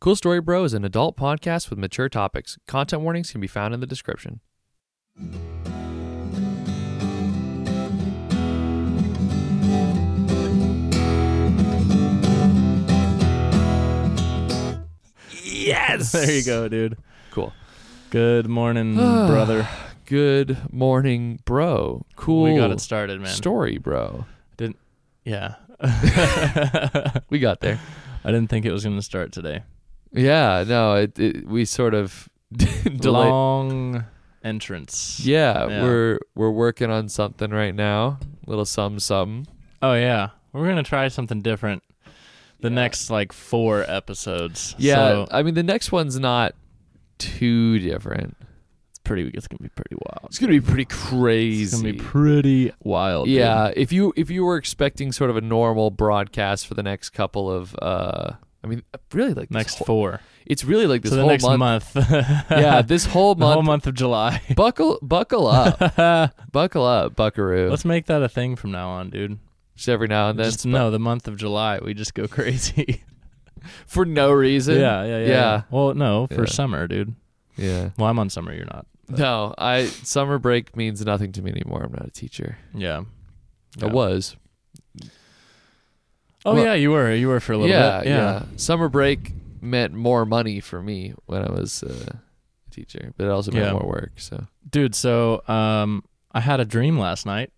Cool Story Bro is an adult podcast with mature topics. Content warnings can be found in the description. Yes. There you go, dude. Cool. Good morning, brother. Good morning, bro. Cool. We got it started, man. Story, bro. Didn't. Yeah. We got there. I didn't think it was gonna start today. Yeah, no, it, it we sort of delayed. Long entrance. Yeah, Yeah. we're we're working on something right now. Little some something. Oh yeah. We're gonna try something different. The next like four episodes. Yeah, So I mean the next one's not too different. it's pretty. It's gonna be pretty wild. It's gonna be pretty crazy. It's gonna be pretty wild. dude. yeah, if you if you were expecting sort of a normal broadcast for the next couple of, uh I mean, really like this Next whole- four. it's really like this so the whole next month. month. yeah, this whole the month. whole month of July. Buckle, buckle up, buckle up, Buckaroo. Let's make that a thing from now on, dude. just every now and then, just no, the month of July, we just go crazy. for no reason. yeah, yeah, yeah, yeah. Well, no, for Yeah. summer, dude. yeah. Well, I'm on summer. You're not. No, I summer break means nothing to me anymore. I'm not a teacher. Yeah. I Yeah. was. Oh Well- yeah, you were. You were for a little yeah, bit. Yeah. Summer break meant more money for me when I was uh, a teacher, but it also meant Yeah. more work. So Dude, so um, I had a dream last night.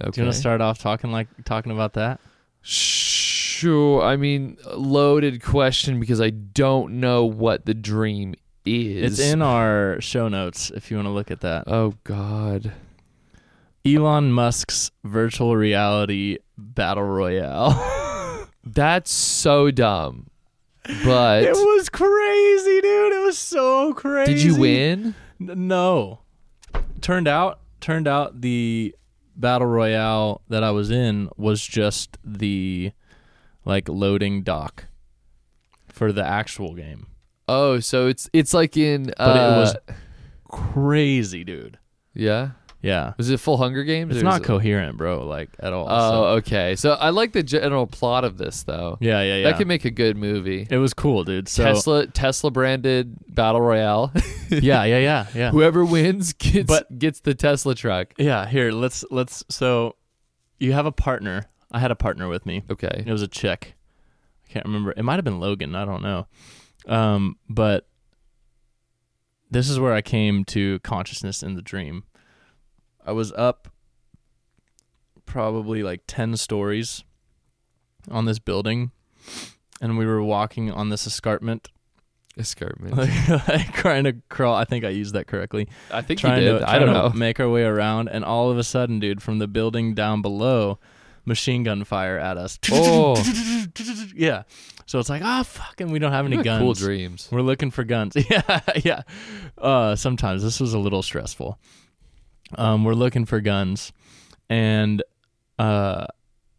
okay. Do you want to start off talking like talking about that? Sure. I mean, loaded question because I don't know what the dream is. It's in our show notes if you want to look at that. Oh God. Elon Musk's virtual reality battle royale. That's so dumb. But was crazy, dude. It was so crazy. did you win? N- No. Turned out, turned out the battle royale that I was in was just the like loading dock for the actual game. Oh, so it's it's like in But uh, it was crazy, dude. yeah. Yeah. Was it full Hunger Games? It's or is not it- coherent, bro, like at all. Oh, so- okay. So I like the general plot of this though. yeah, yeah, yeah. That could make a good movie. it was cool, dude. So Tesla Tesla branded battle royale. yeah, yeah, yeah, yeah. Whoever wins gets But- gets the Tesla truck. Yeah, here, let's let's so you have a partner. I had a partner with me. Okay. It was a chick. I can't remember. It might have been Logan. I don't know. Um, but this is where I came to consciousness in the dream. I was up probably like 10 stories on this building, and we were walking on this escarpment, Escarpment. like trying to crawl. I think I used that correctly I think you trying did. to I don't trying to know. make our way around and all of a sudden dude from the building down below machine gun fire at us Oh, yeah so it's like ah fuck and we don't have any you had guns cool dreams. we're looking for guns yeah yeah uh sometimes this was a little stressful um we're looking for guns and uh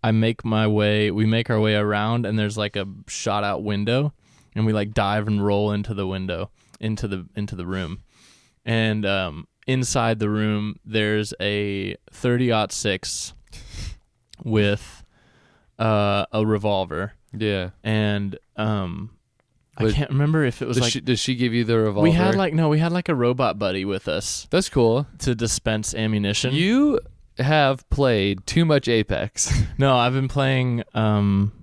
I make my way we make our way around and there's like a shot out window and we like dive and roll into the window into the into the room and um inside the room there's a 30-06 with uh a revolver Yeah. and um I But can't remember if it was Does, like she, does she give you the revolver? we had like no we had like a robot buddy with us That's cool. to dispense ammunition. You have played too much Apex. No, I've been playing um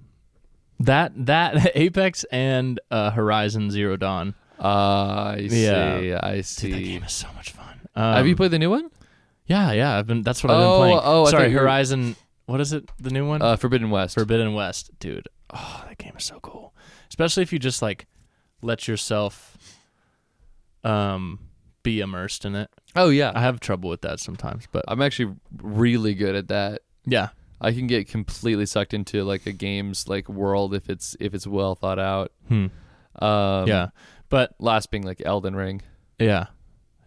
that that Apex and uh, Horizon Zero Dawn. I see. Yeah. I Dude, that see. game is so much fun. have you Um, played the new one? Yeah, yeah. I've been. That's what I've Oh, been playing. oh, I thought sorry, you were- Horizon. What is it? The new one? Uh, Forbidden West. Forbidden West, dude. Oh, that game is so cool. Especially if you just like let yourself um be immersed in it. oh yeah. I have trouble with that sometimes, but I'm actually really good at that. yeah, I can get completely sucked into like a game's like world if it's if it's well thought out. Hmm. Um, yeah. But Last being like Elden Ring. yeah,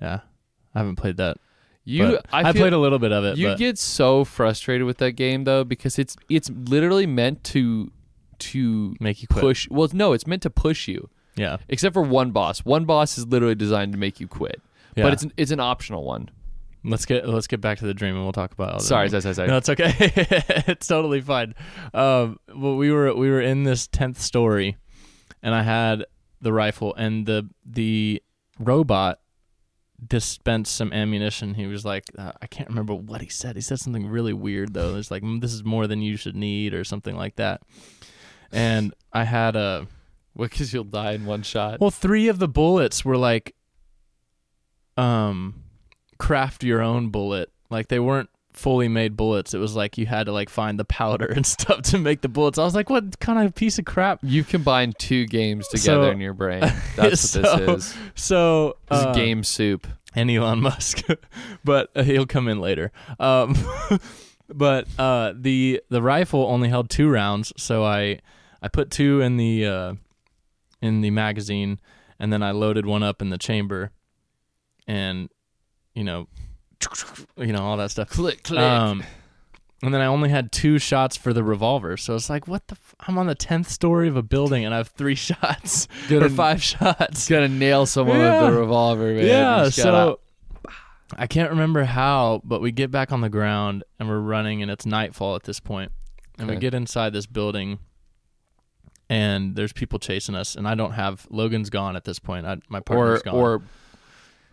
yeah. I haven't played that. You, but- I, I, feel, played a little bit of it. You but, get so frustrated with that game though because it's it's literally meant to to make you quit. push. Well, no, it's meant to push you. Yeah. Except for one boss. One boss is literally designed to make you quit. yeah. But it's an, it's an optional one. let's get let's get back to the dream and we'll talk about. Elden Sorry, Ring. sorry, sorry. sorry. no, it's okay. it's totally fine. Um, well, we were we were in this tenth story, and I had the rifle, and the the robot dispensed some ammunition. He was like, uh, I can't remember what he said. He said something really weird though. It's like "Mm, this is more than you should need or something like that. And I had a because you'll die in one shot. well, three of the bullets were like, um, craft your own bullet. Like they weren't fully made bullets. It was like you had to like find the powder and stuff to make the bullets. I was like, what kind of piece of crap? You've combined two games together So- in your brain. That's what So, this is. This So uh, is game soup. and Elon Musk, but uh, he'll come in later. Um, but uh, the the rifle only held two rounds, so I I put two in the uh, in the magazine, and then I loaded one up in the chamber, and you know, you know all that stuff. Click, click. Um, and then I only had two shots for the revolver, so it's like, what the? F- I'm on the tenth story of a building, and I have three shots Good or en- five shots. Gonna nail someone Yeah. with the revolver, man. You Yeah, just gotta- so I can't remember how, but we get back on the ground and we're running, and it's nightfall at this point, and we Okay. get inside this building, and there's people chasing us, and I don't have Logan's gone at this point. I, my partner's or gone, or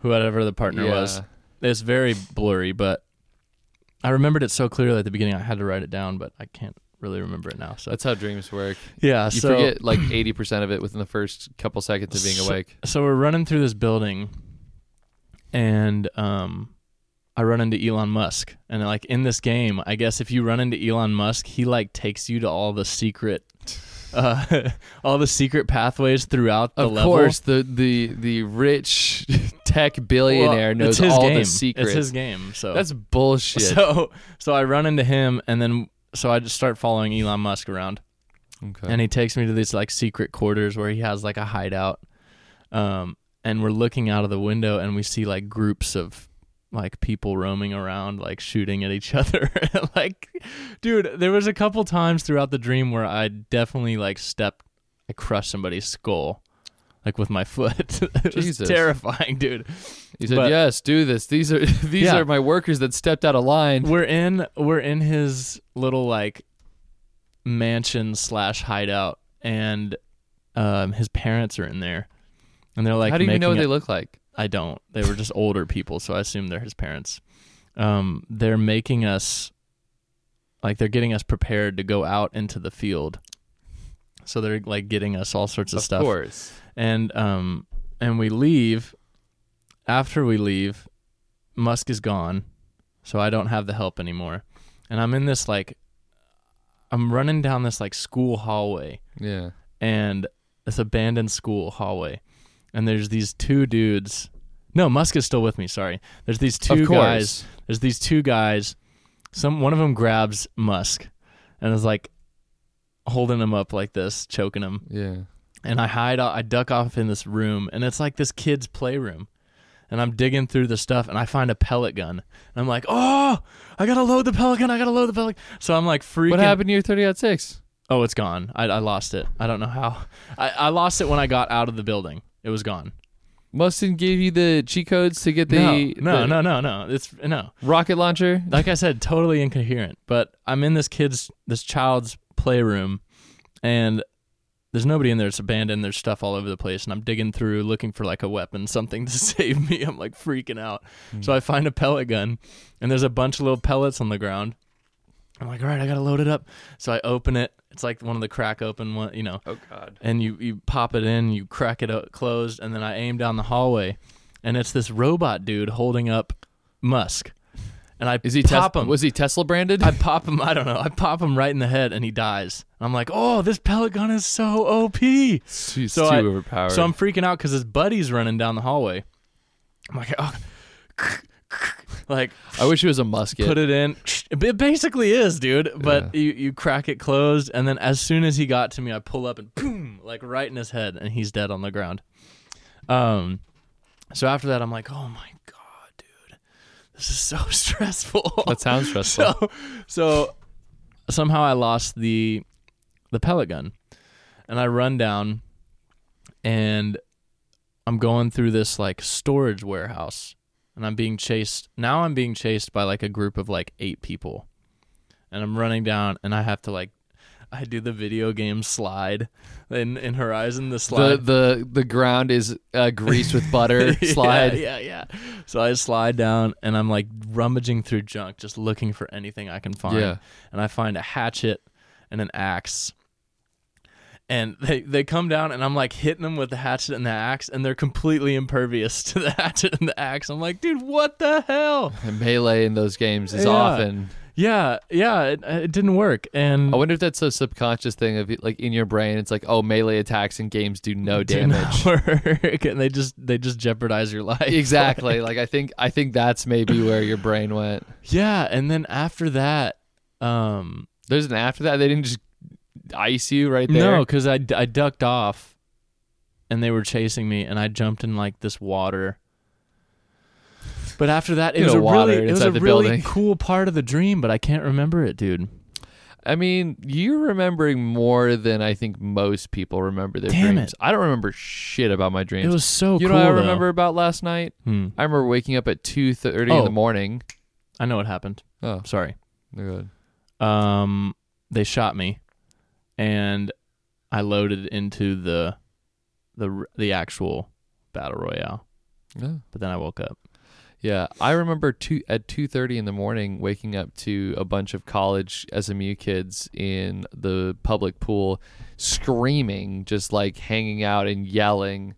whoever the partner was. yeah. It's very blurry, but I remembered it so clearly at the beginning. I had to write it down, but I can't really remember it now. So That's how dreams work. yeah, You so forget like eighty percent of it within the first couple seconds of being So- awake. so we're running through this building and um I run into Elon Musk and like in this game, I guess if you run into Elon Musk, he like takes you to all the secret uh all the secret pathways throughout the Of level. course, the the the rich tech billionaire Well, knows it's his all game. the secrets. It's his game, so That's bullshit. so so I run into him and then so I just start following Elon Musk around. okay. and he takes me to these like secret quarters where he has like a hideout um and we're looking out of the window and we see like groups of like people roaming around like shooting at each other like dude there was a couple times throughout the dream where i definitely like stepped i crushed somebody's skull like with my foot it was Jesus. terrifying dude he said, but- "Yes, do this. These are these Yeah. are my workers that stepped out of line." we're in we're in his little like mansion slash hideout and um his parents are in there and they're like How do you even know what making they a- look like? i don't they were just older people so i assume they're his parents um they're making us like they're getting us prepared to go out into the field so they're like getting us all sorts of, of stuff course. and um and we leave after we leave musk is gone so i don't have the help anymore and i'm in this like i'm running down this like school hallway Yeah. and this abandoned school hallway and there's these two dudes no musk is still with me sorry there's these two of course. guys there's these two guys some one of them grabs musk and is like holding him up like this choking him Yeah. and I hide I duck off in this room and it's like this kid's playroom. And I'm digging through the stuff and I find a pellet gun. And I'm like, "Oh, I got to load the pellet gun. I got to load the pellet." So I'm like freaking What happened to your thirty out six? Oh, it's gone. I, I lost it. I don't know how. I, I lost it when I got out of the building. It was gone. Mustin gave you the cheat codes to get the no, no, the no, no, no. It's no. rocket launcher. like I said, totally incoherent. But I'm in this kid's, this child's playroom, and there's nobody in there. It's abandoned. There's stuff all over the place, and I'm digging through, looking for like a weapon, something to save me. I'm like freaking out. So I find a pellet gun, and there's a bunch of little pellets on the ground. I'm like, all right, I gotta load it up. So I open it. It's like one of the crack open one, you know. Oh God. And you you pop it in, you crack it up closed, and then I aim down the hallway, and it's this robot dude holding up Musk. And I Is he pop Tesla? him. Was he Tesla branded? I pop him. I don't know. I pop him right in the head, and he dies. I'm like, oh, this pellet gun is so OP. She's so too I- overpowered. So I'm freaking out because his buddy's running down the hallway. I'm like, oh, like I wish it was a musket. put it in. It basically is, dude. But you you crack it closed, and then as soon as he got to me, I pull up and boom, like right in his head, and he's dead on the ground. Um, so after that, I'm like, oh my god, dude, this is so stressful. that sounds stressful. so so somehow I lost the the pellet gun, and I run down, and I'm going through this like storage warehouse, and I'm being chased. Now I'm being chased by like a group of like eight people, and I'm running down, and I have to like I do the video game slide in in Horizon the The slide the the ground is uh, greased with butter Yeah, slide. Yeah, yeah, So I slide down and I'm like rummaging through junk, just looking for anything I can find. Yeah. And I find a hatchet and an axe. And they, they come down and I'm like hitting them with the hatchet and the axe, and they're completely impervious to the hatchet and the axe. I'm like, dude, what the hell? And melee in those games is Yeah. often. Yeah, yeah, it, it didn't work. And I wonder if that's a subconscious thing of like in your brain. It's like, oh, melee attacks in games do no did damage. not work. And they just they just jeopardize your life. Exactly. like I think I think that's maybe where your brain went. Yeah. And then after that, um, There's an after that. They didn't just ice you right there. No, because I, I ducked off and they were chasing me and I jumped in like this water. But after that, it You was know, a water really, it was inside a the really building. cool part of the dream, but I can't remember it, dude. I mean, you're remembering more than I think most people remember their Damn dreams. it. I don't remember shit about my dreams. It was so you cool. know what I though. remember about last night? Hmm. I remember waking up at two thirty in Oh. the morning. I know what happened. Oh, Sorry. good. Um, they shot me, and I loaded into the the the actual battle royale. Yeah. But then I woke up. Yeah, I remember two at two thirty in the morning waking up to a bunch of college SMU kids in the public pool, screaming, just like hanging out and yelling,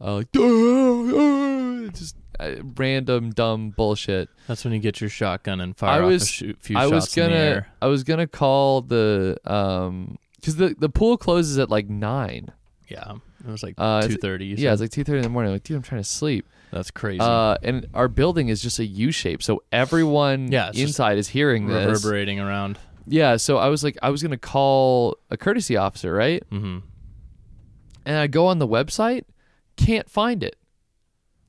uh, like "Ah, ah," just uh, random dumb bullshit. That's when you get your shotgun and fire I off a was- shoot, few I shots was in the gonna air. I was gonna call the um because the the pool closes at like nine. Yeah, it was like Uh, it's- two thirty. Yeah, it's like two thirty in the morning. I'm like, dude, I'm trying to sleep. that's crazy. Uh, and our building is just a U shape, so everyone Yeah, it's just inside is hearing this. Reverberating around. Yeah, so I was like, I was gonna call a courtesy officer, right? hmm And I go on the website, can't find it.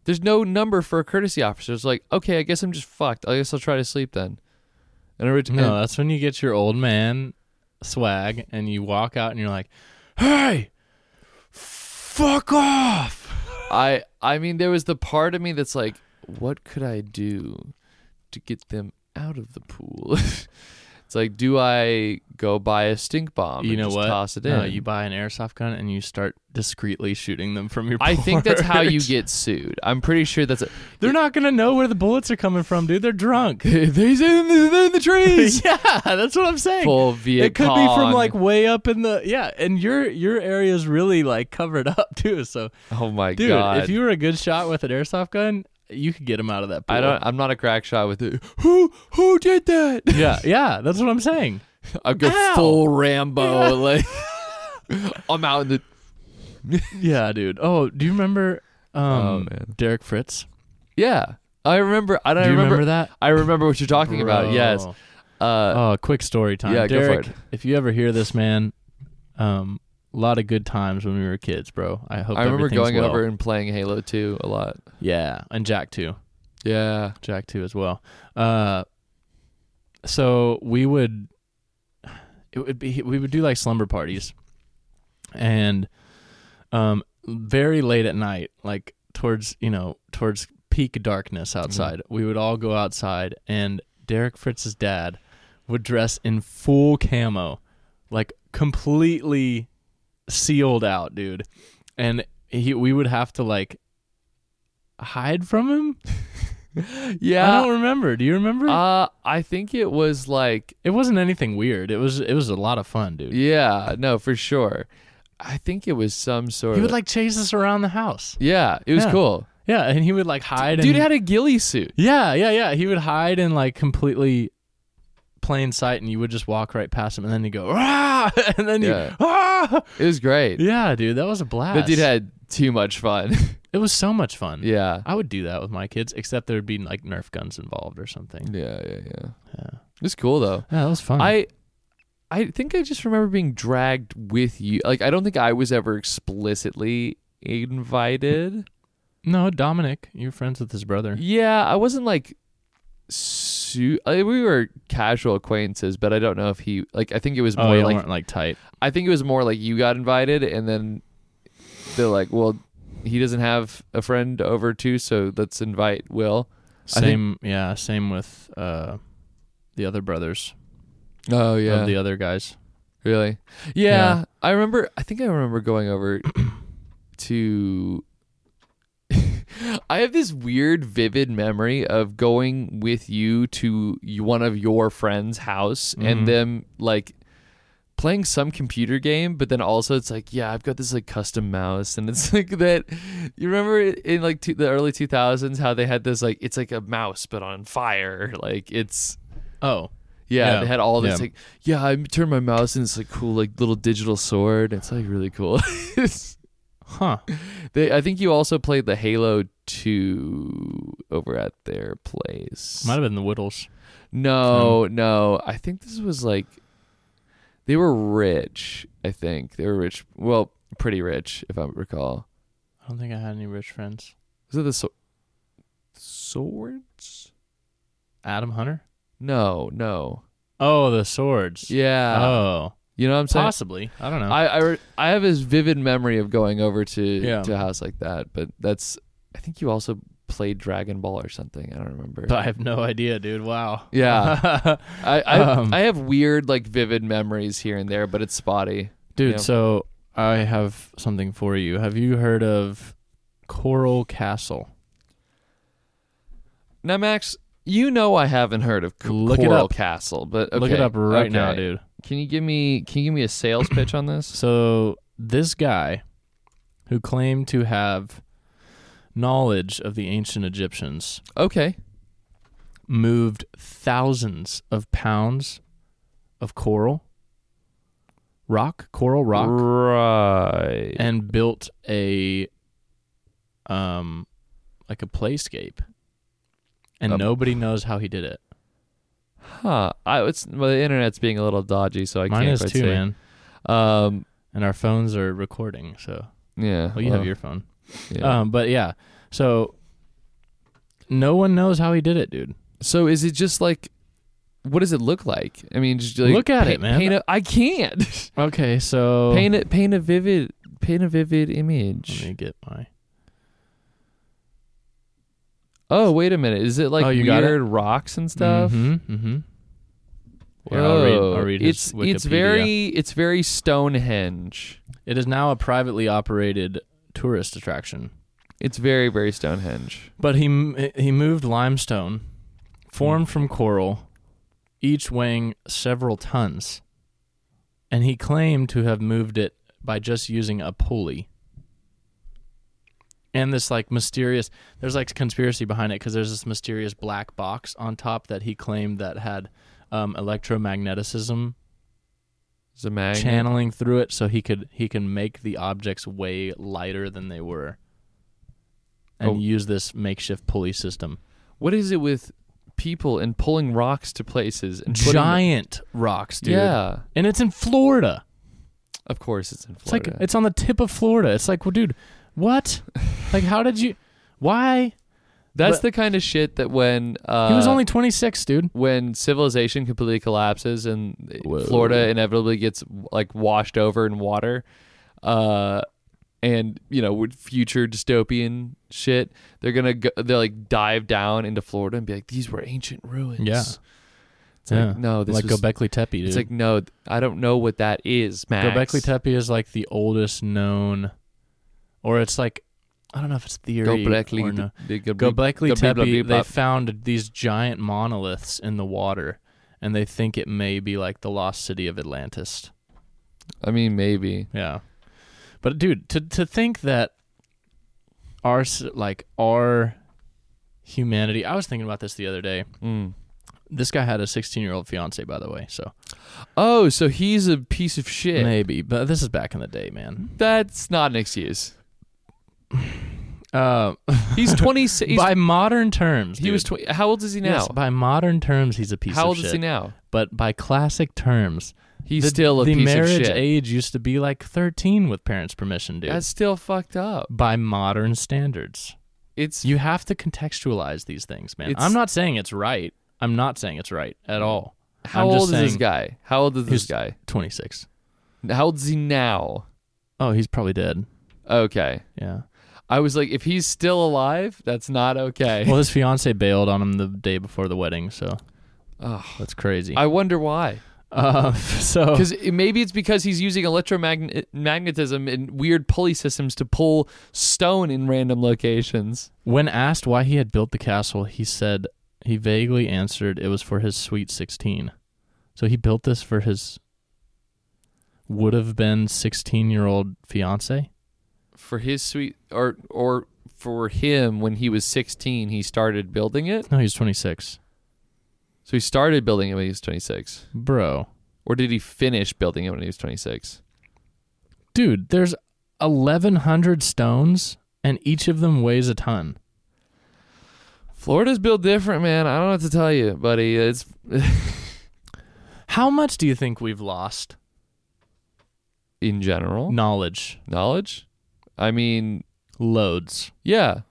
There's no number for a courtesy officer. It's like, okay, I guess I'm just fucked. I guess I'll try to sleep then. And I ret- No, and- that's when you get your old man swag and you walk out and you're like, "Hey, fuck off!" I, I mean, there was the part of me that's like, what could I do to get them out of the pool? it's like, do I go buy a stink bomb? you and know just what? Toss it in. No, you buy an airsoft gun and you start discreetly shooting them from your. I think that's how you porch. get sued. I'm pretty sure that's. A- They're not gonna know where the bullets are coming from, dude. They're drunk. He's in the, they're in the trees. yeah, that's what I'm saying. Full Viet it could be from Cong. like way up in the yeah, and your your area is really like covered up too. So Oh my Dude, god! if you were a good shot with an airsoft gun, you could get him out of that pool. I don't. I'm not a crack shot with it. Who who did that? Yeah, yeah, that's what I'm saying. I go Ow. full Rambo. Like I'm out in the. Yeah, dude. Oh, do you remember um, Oh, man. Derek Fritz? Yeah, I remember. I don't Do you remember, remember, that? I remember what you're talking about. Bro. Yes. Uh, Oh, quick story time. Yeah, go for Derek, it. if you ever hear this, man, um, a lot of good times when we were kids, bro. I hope I remember everything's going well. over and playing Halo 2 a lot. Yeah, and Jack too. Yeah. Jack too as well. Uh, so we would it would be we would do like slumber parties, and um, very late at night, like towards you know towards peak darkness outside, we would all go outside, and Derek Fritz's dad would dress in full camo, like completely sealed out, dude, and he we would have to like hide from him I Yeah. don't remember. Do you remember? uh, I think it was like it wasn't anything weird. It was it was a lot of fun, dude. yeah, no, for sure. I think it was some sort He of would like chase us around the house. Yeah, it was Yeah. cool. Yeah, and he would like hide. Dude in, had a ghillie suit. yeah, yeah, yeah. He would hide in like completely plain sight, and you would just walk right past him, and then you go, ah, and then Yeah. you, ah, It was great. yeah, dude, that was a blast. That dude had too much fun. it was so much fun. yeah. I would do that with my kids, except there'd be like Nerf guns involved or something. Yeah, yeah, yeah. Yeah, It was cool though. yeah, that was fun. I I think I just remember being dragged with you. Like I don't think I was ever explicitly invited. no, Dominic, you're friends with his brother. yeah, I wasn't like su- I, we were casual acquaintances, but I don't know if he like I think it was Oh, more you like weren't like tight. I think it was more like you got invited, and then they're like, "Well, he doesn't have a friend over too, so let's invite Will." I think- Same, yeah, same with uh, the other brothers Oh of the other guys. Really? Yeah, Yeah. I remember. I think I remember going over to. I have this weird, vivid memory of going with you to y- one of your friends' house and them like playing some computer game, but then also it's like, yeah, I've got this like custom mouse, and it's like that. You remember in like two the early two thousands how they had this like it's like a mouse but on fire, like it's Oh, yeah, Yeah. they had all this Yeah. like, yeah, I turned my mouse and it's like cool, like little digital sword. It's like really cool. It's- huh. they, I think you also played the Halo Two over at their place. Might have been the Oh. Whittles. no, no, I think this was like, they were rich. I think they were rich. Well, pretty rich, if I recall. I don't think I had any rich friends. Was it the so- swords? Adam Hunter. No, no. Oh, the swords. Yeah, oh, you know what I'm saying. possibly. I don't know. I, I, re- I have this vivid memory of going over to Yeah. to a house like that, but that's I think you also played Dragon Ball or something. I don't remember. But I have no idea, dude. Wow. Yeah. I I, um, I have weird like vivid memories here and there, but it's spotty. dude. Yeah. So I have something for you. Have you heard of Coral Castle? Now Max, you know I haven't heard of C- Look it Coral up. Castle, but Look it okay, up right okay. now, dude. Can you give me can you give me a sales pitch on this? So this guy who claimed to have knowledge of the ancient Egyptians Okay. moved thousands of pounds of coral rock, coral rock, Right. and built a um like a playscape. And Um, nobody knows how he did it. huh. I it's well, the internet's being a little dodgy, so I Mine can't is quite too, say. man. Um And our phones are recording, so yeah. well, you have your phone. yeah. Um, but yeah, so no one knows how he did it, dude. So is it just like, what does it look like? I mean, just like Look at pa- it, man. Paint a, I can't Okay, so paint it. Paint a vivid, paint a vivid image. let me get my. oh wait a minute, is it like Oh, you got it? weird rocks and stuff? Mm-hmm. mm-hmm. Whoa. I'll read, I'll read his it's it's Wikipedia. very it's very Stonehenge. It is now a privately operated tourist attraction. It's very very Stonehenge. But he m- he moved limestone, Hmm. formed from coral, each weighing several tons, and he claimed to have moved it by just using a pulley. And this like mysterious, there's like conspiracy behind it because there's this mysterious black box on top that he claimed that had um, electromagneticism It's a magnet. channeling through it so he could he can make the objects way lighter than they were and Oh. use this makeshift pulley system What is it with people and pulling rocks to places and putting- giant rocks dude Yeah, and it's in florida of course it's in it's Florida. like it's on the tip of florida it's like well dude what like how did you why That's but- the kind of shit that when uh, he was only 26 dude when civilization completely collapses and Whoa. Florida inevitably gets like washed over in water, uh, and you know with future dystopian shit, they're gonna go, they're like dive down into Florida and be like, these were ancient ruins. Yeah. it's like no, oh, this like was, Göbekli Tepe dude It's like no, th- I don't know what that is, Max. Göbekli Tepe is like the oldest known or it's like I don't know if it's theory or no. Gobekli, the- the- Göbekli Göbekli Tepe, they Tepe. found these giant monoliths in the water, and they think it may be like the lost city of Atlantis. I mean, maybe. Yeah, but dude, to to think that our s- like our humanity, I was thinking about this the other day. Mm. This guy had a 16 year old fiance, by the way, so Oh, so he's a piece of shit. maybe. But this is back in the day, man. That's not an excuse. Uh, Mm-hmm. He's twenty six. by modern terms, He was dude. twenty. How old is he now? Yes, by modern terms, he's a piece How of old shit. is he now? But by classic terms, He's the, still a the piece marriage of shit. age used to be like 13 with parents' permission, dude. That's still fucked up. by modern standards. It's You have to contextualize these things, man. It's- I'm not saying it's right. I'm not saying it's right at all. how I'm just old is this saying- guy? How old is this He's- guy? 26. How old is he now? Oh, he's probably dead. Okay. Yeah. I was like, if he's still alive, that's not okay. Well, his fiance bailed on him the day before the wedding, so Ugh. that's crazy. I wonder why. Uh, so Because maybe it's because he's using electromagnetism and weird pulley systems to pull stone in random locations. When asked why he had built the castle, he said he vaguely answered it was for his sweet 16. So he built this for his would have been 16 year old fiance. For his sweet, or or for him, when he was 16, he started building it. No, he was 26. So he started building it when he was 26, Bro. or did he finish building it when he was 26? Dude, there's 1,100 stones and each of them weighs a ton. Florida's built different, man. I don't know what to tell you, buddy. It's How much do you think we've lost? in general Knowledge. knowledge. I mean, Loads. yeah,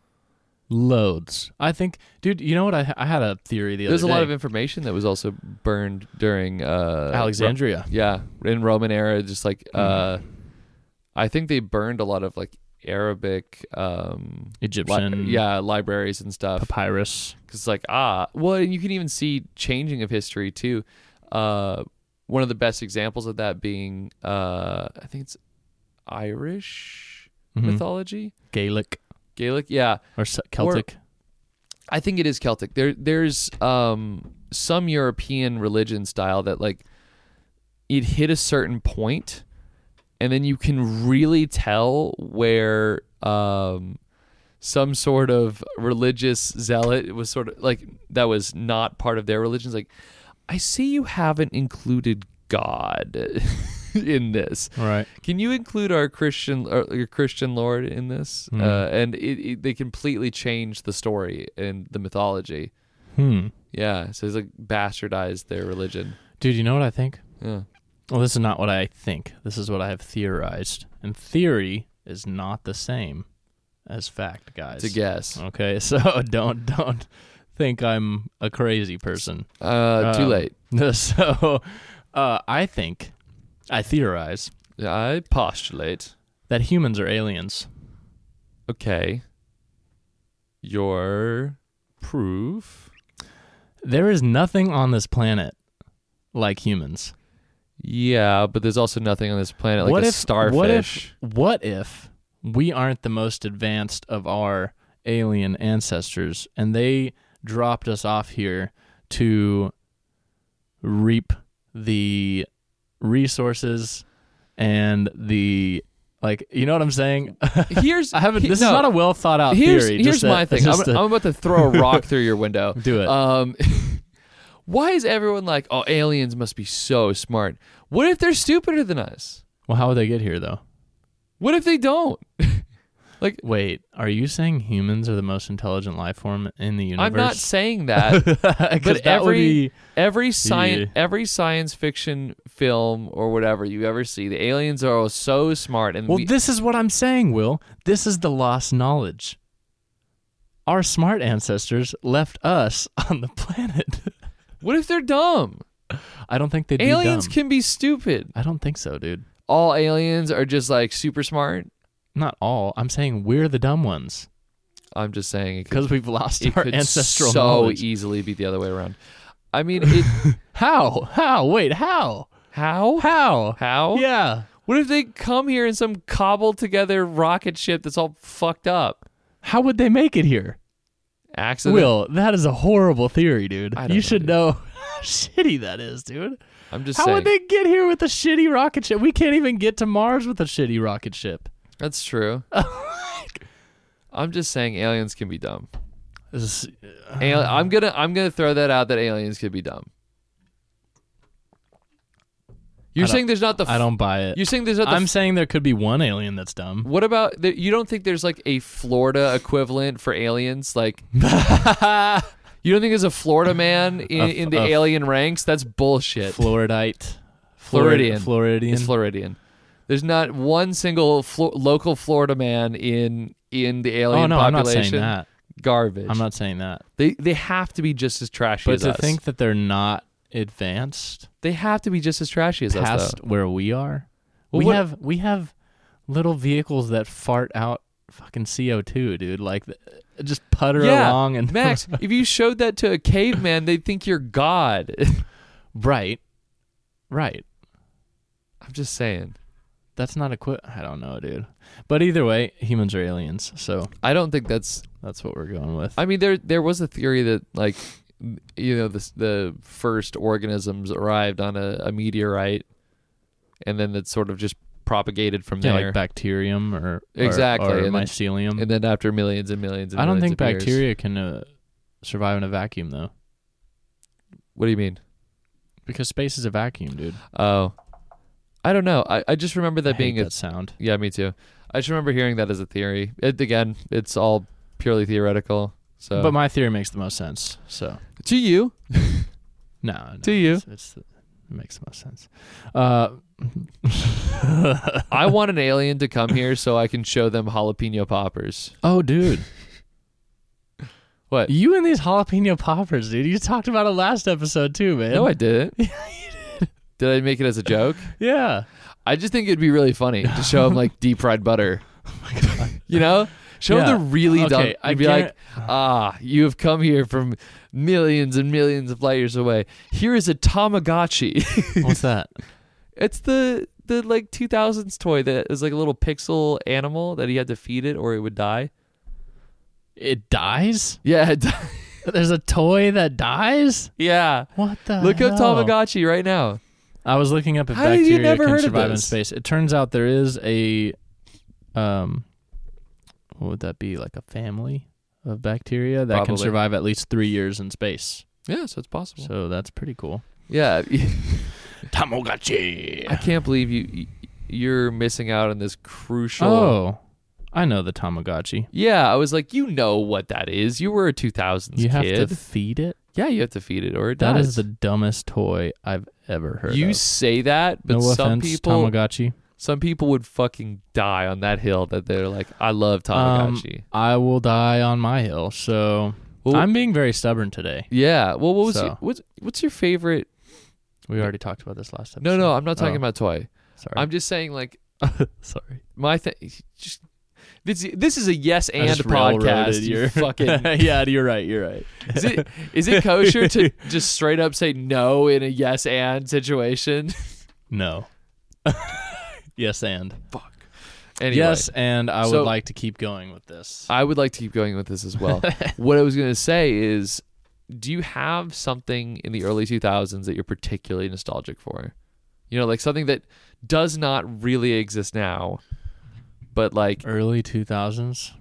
Loads. I think, dude, you know what? I, I had a theory the there's a other day. lot of information that was also burned during uh, Alexandria. Hmm. Ro- yeah, in Roman era, just like uh, I think they burned a lot of like Arabic, um, li- Egyptian. yeah, libraries and stuff. Papyrus. because it's like ah well and you can even see changing of history too uh one of the best examples of that being uh i think it's irish Mhm. mythology Gaelic. gaelic yeah or Ce- Celtic. i think it is celtic there there's um some european religion style that like it hit a certain point and then you can really tell where um some sort of religious zealot was sort of like that was not part of their religion. It's like, I see you haven't included God in this. right. Can you include our Christian our, your Christian Lord in this? Hmm. Uh, and it, it, they completely change the story and the mythology. Hmm. Yeah, so it's like bastardized their religion. Dude, you know what I think? Yeah. Well, this is not what I think. This is what I have theorized. And theory is not the same as fact, guys. It's a guess. Okay, so don't don't think I'm a crazy person. Uh, too Um, late. So uh, I think I theorize I postulate. that humans are aliens. Okay. Your proof. There is nothing on this planet like humans. Yeah, but there's also nothing on this planet like a starfish. What if, what if we aren't the most advanced of our alien ancestors and they dropped us off here to reap the resources and the like you know what I'm saying? here's I haven't he- this no, is not a well thought out here's, theory. Here's just a- my thing. I'm, just a- I'm about to throw a rock through your window. Do it. Um, why is everyone like, oh, aliens must be so smart? What if they're stupider than us? well, how would they get here though? What if they don't? like, Wait, are you saying humans are the most intelligent life form in the universe? I'm not saying that. 'Cause but that would every- be- Every Yeah. science, every science fiction film or whatever you ever see, the aliens are all so smart, and Well, we, this is what I'm saying, Will. This is the lost knowledge. Our smart ancestors left us on the planet. what if they're dumb? I don't think they'd Aliens be dumb. can be stupid. I don't think so, dude. All aliens are just like super smart. Not all. I'm saying we're the dumb ones I'm just saying it could, because we've lost it our could ancestral so e knowledge. easily be the other way around. I mean, it, how? How? Wait, how? how? How? How? Yeah. What if they come here in some cobbled together rocket ship that's all fucked up? How would they make it here? Accident. Will, that is a horrible theory, dude. I don't know, You should dude. know how shitty that is, dude. I'm just How saying. would they get here with a shitty rocket ship? We can't even get to Mars with a shitty rocket ship. that's true. I'm just saying aliens can be dumb. This is- Al- I'm gonna I'm gonna throw that out that aliens could be dumb. You're don't- saying there's not the f- I don't buy it. You're saying there's not the I'm f- saying there could be one alien that's dumb. what about the, you don't think there's like a Florida equivalent for aliens? Like you don't think there's a Florida man in, A f- in the a f- alien ranks? That's bullshit. Floridite. Floridian. Floridian. it's Floridian. There's not one single Flo- local Florida man in in the alien oh no, I'm not population. saying that. Garbage. I'm not saying that. They they have to be just as trashy But as to us. think that they're not advanced they have to be just as trashy as us. though. past where we are. Well, we what- have we have little vehicles that fart out fucking CO2, dude. Like th- just putter along and Max, if you showed that to a caveman, they'd think you're God. right. Right. I'm just saying. That's not a quit. I don't know, dude. But either way, humans are aliens, so I don't think that's. that's what we're going with. I mean, there there was a theory that like, you know, the the first organisms arrived on a, a meteorite, and then it sort of just propagated from yeah, there. like bacterium or or- Exactly, or, and then- mycelium. and then after millions and millions and Mm-hmm. I don't millions think of years- bacteria can uh, survive in a vacuum though, What do you mean? because space is a vacuum, dude. Oh, I don't know. I, I just remember that I hate being a that sound. yeah, me too. I just remember hearing that as a theory. It again, it's all purely theoretical. So, But my theory makes the most sense. So to you, no, no to you, it's, it's the, it makes the most sense. Uh, I want an alien to come here so I can show them jalapeno poppers. oh, dude, What? you and these jalapeno poppers, dude. You talked about it last episode too, man. No, I didn't. Did I make it as a joke? yeah. I just think it'd be really funny to show them like deep fried butter. you know, show Yeah. them the really Okay, dumb. I I'd be guarant- like, ah, you have come here from millions and millions of light years away. Here is a Tamagotchi. What's that? It's the the like 2000s toy that is like a little pixel animal that he had to feed it or it would die. It dies. Yeah, it- There's a toy that dies. yeah. What the? Look hell? up Tamagotchi right now. I was looking up if How did you bacteria never can heard of survive in this? space. It turns out there is a, um, what would that be? Like a family of bacteria that can Probably. survive at least three years in space. Yeah, so it's possible. So that's pretty cool. yeah, I Tamagotchi. can't believe you you're missing out on this crucial. Oh, I know the Tamagotchi. Yeah, I was like, you know what that is. You were a 2000s You have kid. to feed it. yeah, you have to feed it or it That dies. is the dumbest toy I've ever heard you of. say that, but no some offense, people Tamagotchi. some people would fucking die on that hill that they're like, I love Um, Tamagotchi. I will die on my hill. So Well- I'm being very stubborn today. Yeah. Well, what was So. your, what's what's your favorite? We already talked about this last episode. No, no, I'm not talking Oh. about toy. Sorry. I'm just saying like sorry. my thing. Just this this is a yes I and just railroaded podcast. your- You fucking yeah, you're right. You're right. is it is it kosher to just straight up say no in a yes and situation? No. yes, and Fuck. Anyway, yes, and I So- would like to keep going with this. I would like to keep going with this as well. what I was going to say is, do you have something in the early 2000s that you're particularly nostalgic for? You know, like something that does not really exist now, but like, Early 2000s.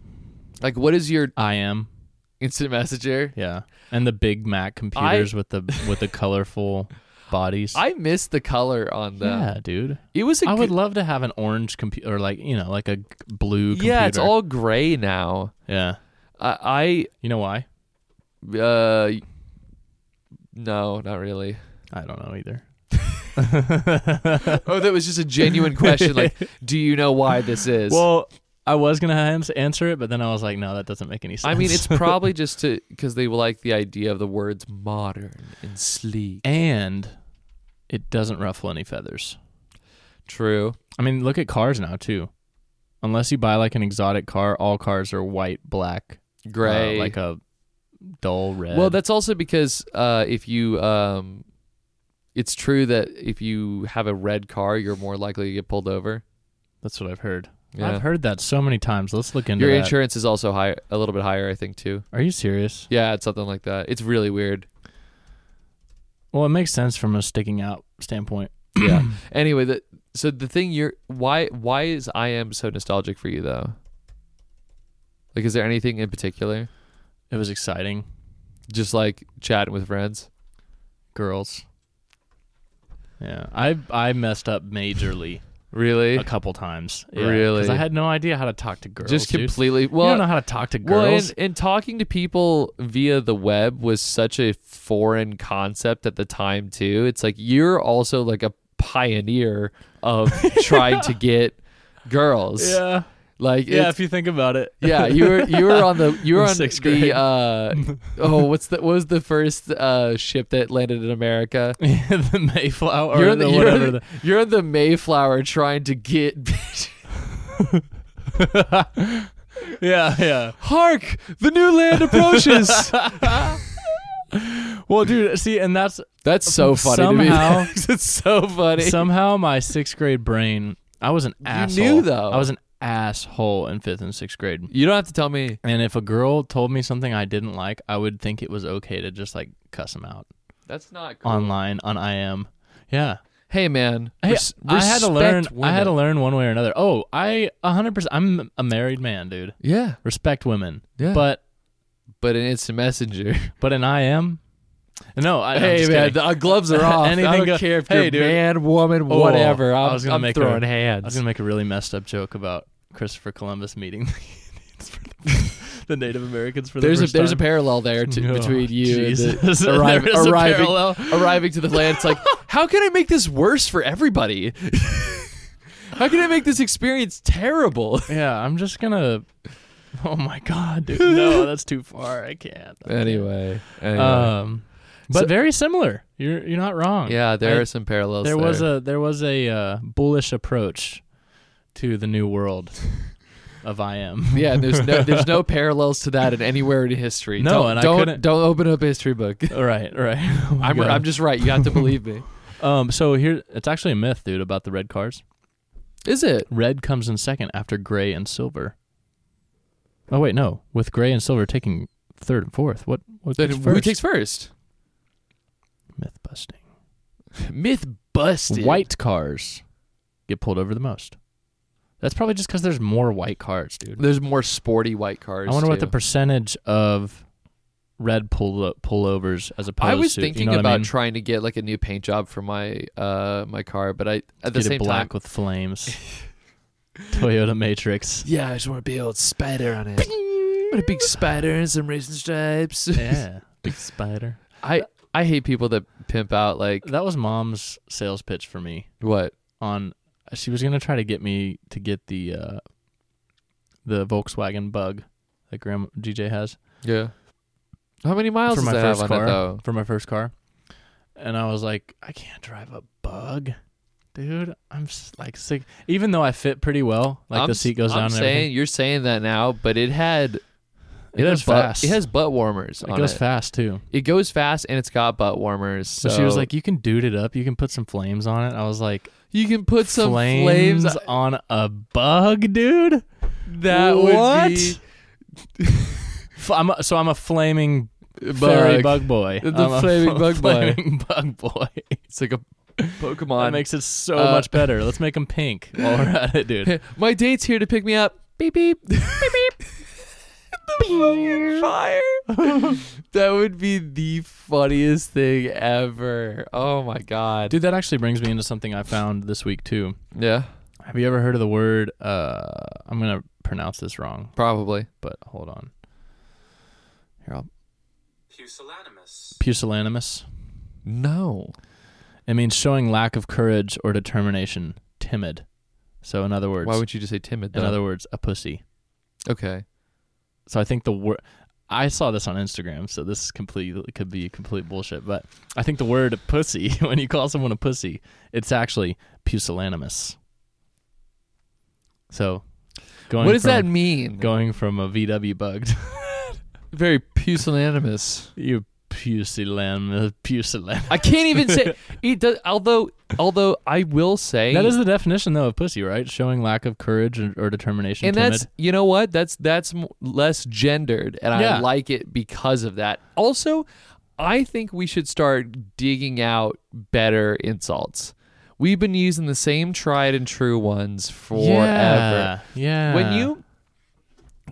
like what is your I am. instant messenger? Yeah, and the Big Mac computers with the with the colorful bodies. I miss the color on the. yeah, dude. It was a I would good- love to have an orange computer, or like you know, like a g- blue. Computer. yeah, it's all gray now. Yeah. I, You know why? I uh, no, not really. I don't know either. Oh, that was just a genuine question. Like, do you know why this is? Well, I was gonna ans- answer it, but then I was like, no, that doesn't make any sense. I mean, it's probably just to because they like the idea of the words modern and sleek. and it doesn't ruffle any feathers. True. I mean, look at cars now too. Unless you buy like an exotic car, all cars are white, black, uh, Gray. like a dull red. well, that's also because uh, if you, um, it's true that if you have a red car, you're more likely to get pulled over. that's what I've heard. Yeah. I've heard that so many times. Let's look into Your that. insurance is also higher, a little bit higher, I think, too. Are you serious? Yeah, it's something like that. It's really weird. Well, it makes sense from a sticking out standpoint. yeah. Anyway, the, so the thing you're why why is I am so nostalgic for you though? Like, is there anything in particular? It was exciting. Just like chatting with friends. Girls. Yeah, I I messed up majorly. Really? a couple times. Really? Because I had no idea how to talk to girls. just dude. completely. You don't know Well, how to talk to well, girls. and, and talking to people via the web was such a foreign concept at the time too. It's like you're also like a pioneer of trying to get girls. yeah. Like Yeah, it's- if you think about it. yeah, you were you were on the you were In on sixth the grade. uh oh what's the what was the first uh ship that landed in America? the Mayflower You're or in the, the you're, in whatever. the, you're in the Mayflower trying to get bitch. the- yeah, yeah. Hark! The new land approaches. Well, dude, see, and that's That's so funny to Somehow- me. it's so funny. somehow my sixth grade brain. I was an asshole. knew, though. I was an asshole in fifth and sixth grade. you don't have to tell me. And if a girl told me something I didn't like, I would think it was okay to just like cuss them out That's not cool. online on IM. Yeah. hey man, Hey, res- I had to respect learn. I had to women. learn one way or another. Oh, I 100%. I'm a married man, dude. Yeah, Respect women. Yeah. But but an instant messenger. but an IM? No, I, I'm hey just man, kidding. the uh, gloves are off. Anything I don't go- care if Hey, you're dude. man, woman, Oh, whatever. I I'm, was gonna I'm make throwing a- hands. I was gonna make a really messed up joke about Christopher Columbus meeting the Indians for the, the Native Americans for the there's a first there's a time. parallel there to, Oh, between you and the- Jesus. There arrive- is a arriving parallel. arriving to the land. It's like, how can I make this worse for everybody? how can I make this experience terrible? yeah, I'm just gonna. Oh my god, dude! No, that's too far. I can't. anyway, anyway. Um, but So- very similar. You're you're not wrong. yeah, there I- are some parallels. there was a there was a uh, bullish approach to the new world of IM. yeah. and There's no there's no parallels to that in anywhere in history. No, don't, and I don't couldn't- don't open up a history book. right, right. Oh my I'm God. I'm just right. You have to believe me. um. So here, it's actually a myth, dude, about the red cars. Is it? Red comes in second after gray and silver. Oh wait, no. With gray and silver taking third and fourth, what what Then takes who first? takes first? myth busting? Myth busted. White cars get pulled over the most. That's probably just because there's more white cars, dude. There's more sporty white cars. I wonder what the too. percentage of red pull pullovers as opposed to. I was you know thinking what I about mean? trying to get like a new paint job for my uh my car, but I at the Get it same time, black with flames. Toyota Matrix. yeah, I just want to be a old spider on it. But a big spider and some racing stripes. Yeah, big spider. I I hate people that pimp out like That was mom's sales pitch for me. what? on she was gonna try to get me to get the uh the Volkswagen bug that Grandma DJ has Yeah. How many miles for does my it have first on car it though? for my first car, and I was like, I can't drive a bug, dude. I'm s- like sick. Even though I fit pretty well, like I'm the s- seat goes I'm down. saying and everything, you're saying that now, but it had it goes had butt- fast. It has butt warmers. it on goes it. fast too. It goes fast and it's got butt warmers. So So, she was like, "You can dude it up. You can put some flames on it." I was like, "You can put some "Flames, flames on a bug, dude." that What? would be F- I'm a, so I'm a flaming bug. fairy bug boy. The I'm a flaming bug boy. flaming bug boy. It's like a Pokemon. That makes it so Uh, much better. Let's make him pink while we're at it, dude. My date's here to pick me up. Beep beep. beep beep. The fucking fire. that would be the funniest thing ever. Oh my god. Dude, that actually brings me into something I found this week too. Yeah, Have you ever heard of the word? Uh, I'm gonna pronounce this wrong, probably. but hold on. Here, I'll, Pusillanimous. pusillanimous. No. It means showing lack of courage or determination, timid. So in other words, Why would you just say timid? Though? in other words, a pussy. okay. So I think the word I saw this on Instagram, so this is completely could be complete bullshit. But I think the word "pussy" when you call someone a pussy, it's actually pusillanimous. So, going What does from, that mean? Going from a VW bug, to Very pusillanimous. you pusillanimous, pusillanimous. I can't even say it. Does, although, although I will say That is the definition, though, of pussy, right? Showing lack of courage or, or determination. and timid. that's you know what that's that's m- less gendered and i Yeah. like it because of that also i think we should start digging out better insults we've been using the same tried and true ones forever yeah, yeah. when you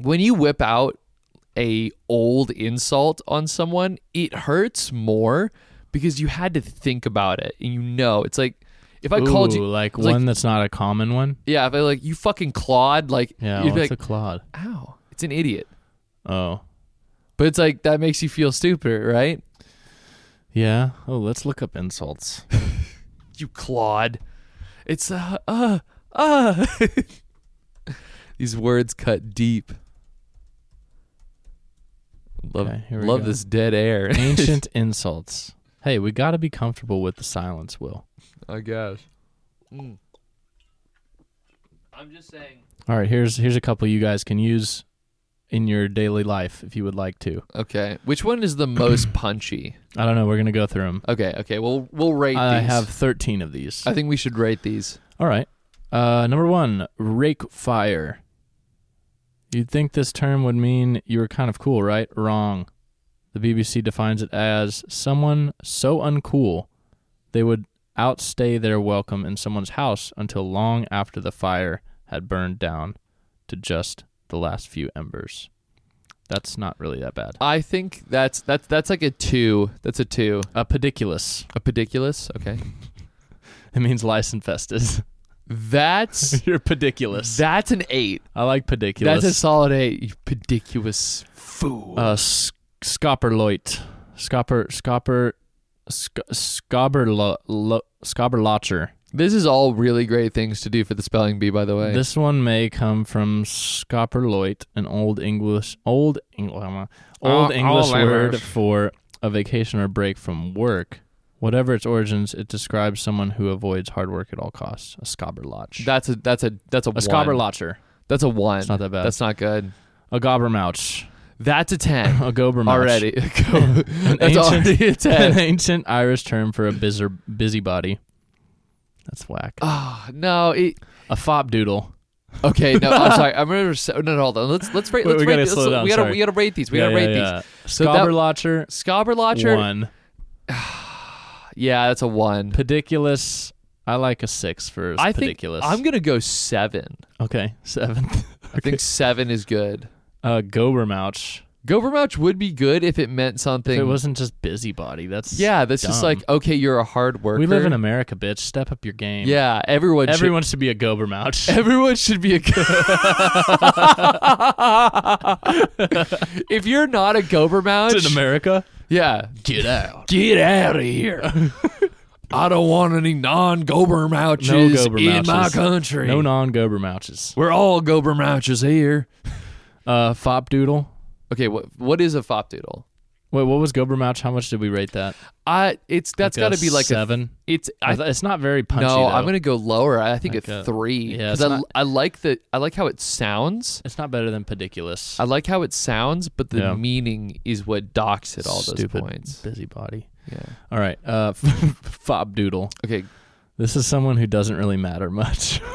when you whip out a old insult on someone it hurts more because you had to think about it and you know it's like if i called you Ooh, like it's like- one that's not a common one. yeah if i like you fucking clawed like Yeah, you'd what's be like a clod? ow it's an idiot Oh, But it's like that makes you feel stupider, right? yeah. Oh, let's look up insults. You clod. It's uh uh uh These words cut deep. Love Okay, here we love go. this dead air. Ancient insults. Hey, we got to be comfortable with the silence, Will. I guess. Mm. I'm just saying All right, here's here's a couple you guys can use in your daily life if you would like to. Okay. Which one is the most punchy? I don't know. We're gonna go through them. Okay. Okay. We'll we'll rate I these. have 13 of these. I think we should rate these. All right. Uh, number one, rake fire. You'd think this term would mean you were kind of cool, right? Wrong. The BBC defines it as someone so uncool they would outstay their welcome in someone's house until long after the fire had burned down to just the last few embers. That's not really that bad. I think that's that's that's like a two. That's a two. A pediculus. A pediculous. Okay. It means lice infested. That's You're pediculous. that's an eight. I like pediculus. That's a solid eight. You pediculous fool. uh, S- Scopperloit, Scopper, Scopper, Sc- Scobberlo- lo- Scobberlotcher. this is all really great things to do for the spelling bee, by the way. This one may come from Scopperloit, an old English, old English, old Uh, English all word English. for a vacation or break from work. Whatever its origins, it describes someone who avoids hard work at all costs. A Scobberlotch. that's a that's a that's a, a one. Scobberlotcher. That's a one. It's not that bad. That's not good. a Gobbermouch. That's a ten A Gobermouch. already. that's ancient- already a An ten. ancient Irish term for a busy, busybody. That's whack. Ah, no. It, A fop doodle. okay, no. I'm sorry. I'm gonna res- no, no. Hold on. Let's let's rate. Wait, let's we rate gotta these. slow let's, down, We gotta sorry. we gotta rate these. We gotta rate these. So that- Scobberlotcher, Scobberlotcher. one. Yeah, that's a one. Pediculous, I like a six for I think pediculous. I'm gonna go seven. okay, seventh. I think seven is good. Uh, Gobermouch. Gobermouch would be good if it meant something. If it wasn't just busybody, that's yeah, that's just dumb. like okay, you're a hard worker. we live in America, bitch. Step up your game. Yeah, everyone. should- everyone should be a Gobermouch. Everyone should be a. if you're not a in Gobermouch, America, yeah, get out. get out of here. I don't want any No non-Gobermouches in my Gobermouches. country. No non-Gobermouches. We're all Gobermouches here. Uh, fop doodle. Okay, what what is a fop doodle? Wait, what was Gobermouch? How much did we rate that? I it's that's Like a got to be like a seven. it's I I, th- it's not very punchy. no though. I'm gonna go lower. I think Like a, a- three yeah, because it's I, not- I like the I like how it sounds. It's not better than pediculous. I like how it sounds, but the Yeah. meaning is what docks it all Stupid those points. busybody. Yeah. All right, uh, fob doodle. Okay. This is someone who doesn't really matter much.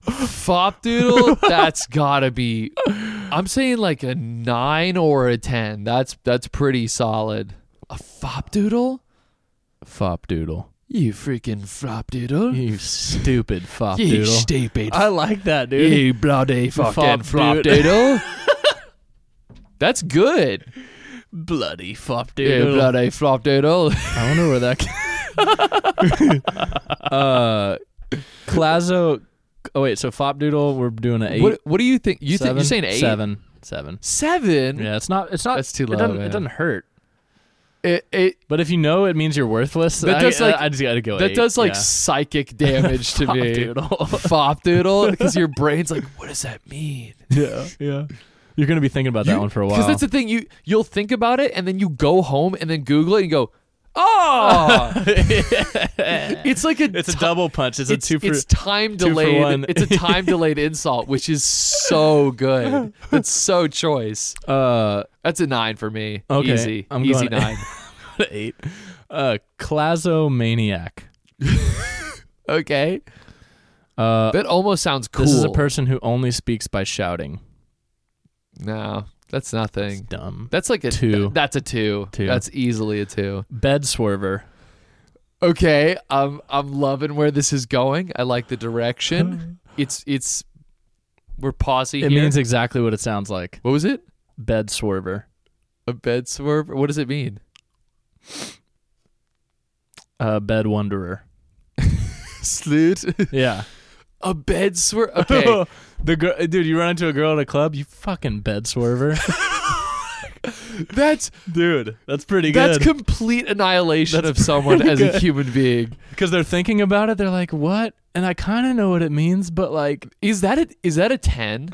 Fop doodle, that's gotta be I'm saying like a nine or a ten. That's that's pretty solid. A fop doodle? fob doodle. You freaking fop doodle. You stupid fob You doodle. stupid I like that, dude. You bloody fucking Fop flop doodle. doodle. That's good. bloody fob You doodle. bloody flop doodle. I wonder where that. Can- uh, Clazo. Oh wait, so fob doodle. We're doing an eight. What what do you think? You think seven, you're saying eight? Seven. Seven. Seven? Yeah, it's not. It's not. That's too It doesn't, low, it yeah. doesn't hurt. It, it But if you know, it means you're worthless. That I, does, like- I, I just gotta go. that eight. does like Yeah. psychic damage to me. doodle. Fop doodle, because your brain's like, what does that mean? yeah, yeah. You're gonna be thinking about that one for a while. Because that's the thing you you'll think about it and then you go home and then Google it and you go, oh, it's like a it's a ti- double punch. It's, It's, a two for. it's time for one. delayed. It's a time delayed insult, which is so good. That's so choice. uh, That's a nine for me. Okay, Easy, I'm easy going- nine. eight. Uh, clasomaniac. okay, Uh, that almost sounds cool. this is a person who only speaks by shouting. No, that's It's nothing. dumb. That's like a Two. th- that's a two. Two. That's easily a two. Bed swerver. Okay, I'm I'm loving where this is going. I like the direction. it's it's we're pausing It here. means exactly what it sounds like. what was it? Bed swerver. A bed swerve? What does it mean? Uh, bed wanderer. Slut. Yeah. a bed swerve. Okay. the girl, dude, you run into a girl at a club, you fucking bed swerver, That's dude. That's pretty that's good. complete annihilation of someone as a human being. Because they're thinking about it, they're like, "What?" And I kind of know what it means, but like, Is that a is that a 10?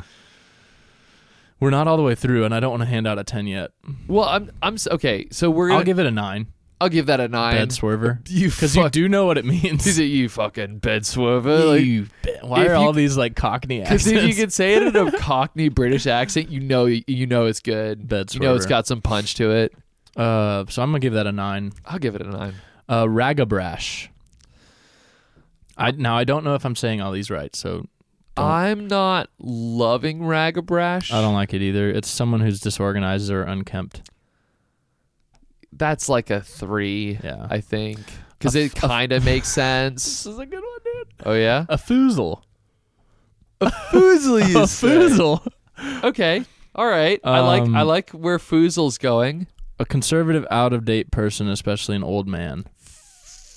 we're not all the way through, and I don't want to hand out a ten yet. Well, I'm I'm s- okay. So we're I'll gonna, give it a nine. I'll give that a nine. bed swerver. you Because you fuck- do know what it means. He's a you fucking bed swerver. Like, You bet. Why if are you- all these like Cockney Because accents? if you can say it in a Cockney British accent, you know you know it's good. Bed you know it's swerver. got some punch to it. uh, so I'm gonna give that a nine. I'll give it a nine. Uh, Ragabrash. I now I don't know if I'm saying all these right, so Don't- I'm not loving Ragabrash. I don't like it either. It's someone who's disorganized or unkempt. That's like a three. Yeah. I think because it kind of makes sense. is a good one, dude. Oh yeah, A foozle. foozle. A foozle. Okay, all right. I like I Um, like where foozle's going. A conservative, out of date person, especially an old man.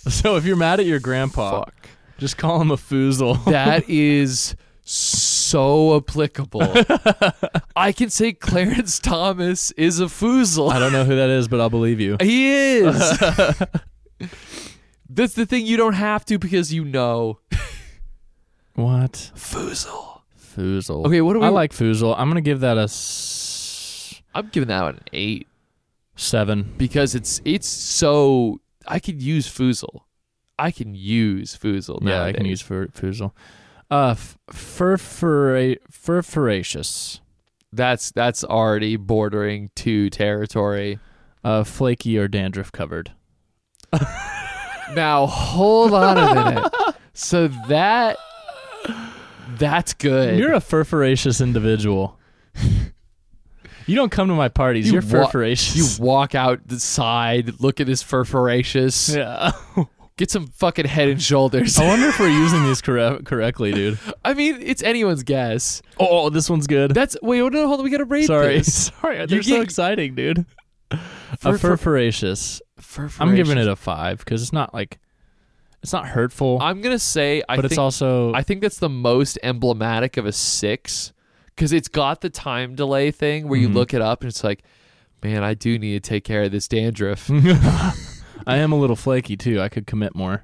So if you're mad at your grandpa, Fuck. just call him a foozle. That is so applicable. I can say Clarence Thomas is a foozle. I don't know who that is, but I'll believe you. He is. That's the thing you don't have to because you know. What? Foozle. Foozle. Okay, what do I we- like Foozle. I'm gonna give that a s- I'm giving that one an eight seven. because it's it's so I could use foozle. I can use foozle. Yeah, I can nowadays. use for Foozle. Uh, f- furfura- furfuracious. that's that's already bordering to territory. Uh, flaky or dandruff covered. Now hold on a minute. so that that's good. You're a furfuracious individual. you don't come to my parties. You You are wa- you furfuracious. walk out the side, look at this furfuracious, yeah. get some fucking head and shoulders. I wonder if we're using these corre- correctly, dude. I mean, it's anyone's guess. Oh, this one's good. That's wait, no, hold on, we gotta rate Sorry, this. sorry. They're so get- exciting, dude. a Fur- fur- furfuracious. Furfuracious. I'm giving it a five because it's not like it's not hurtful, I'm gonna say I but think it's also I think that's the most emblematic of a six because it's got the time delay thing where Mm-hmm. you look it up and it's like, man, I do need to take care of this dandruff. I am a little flaky too. I could commit more.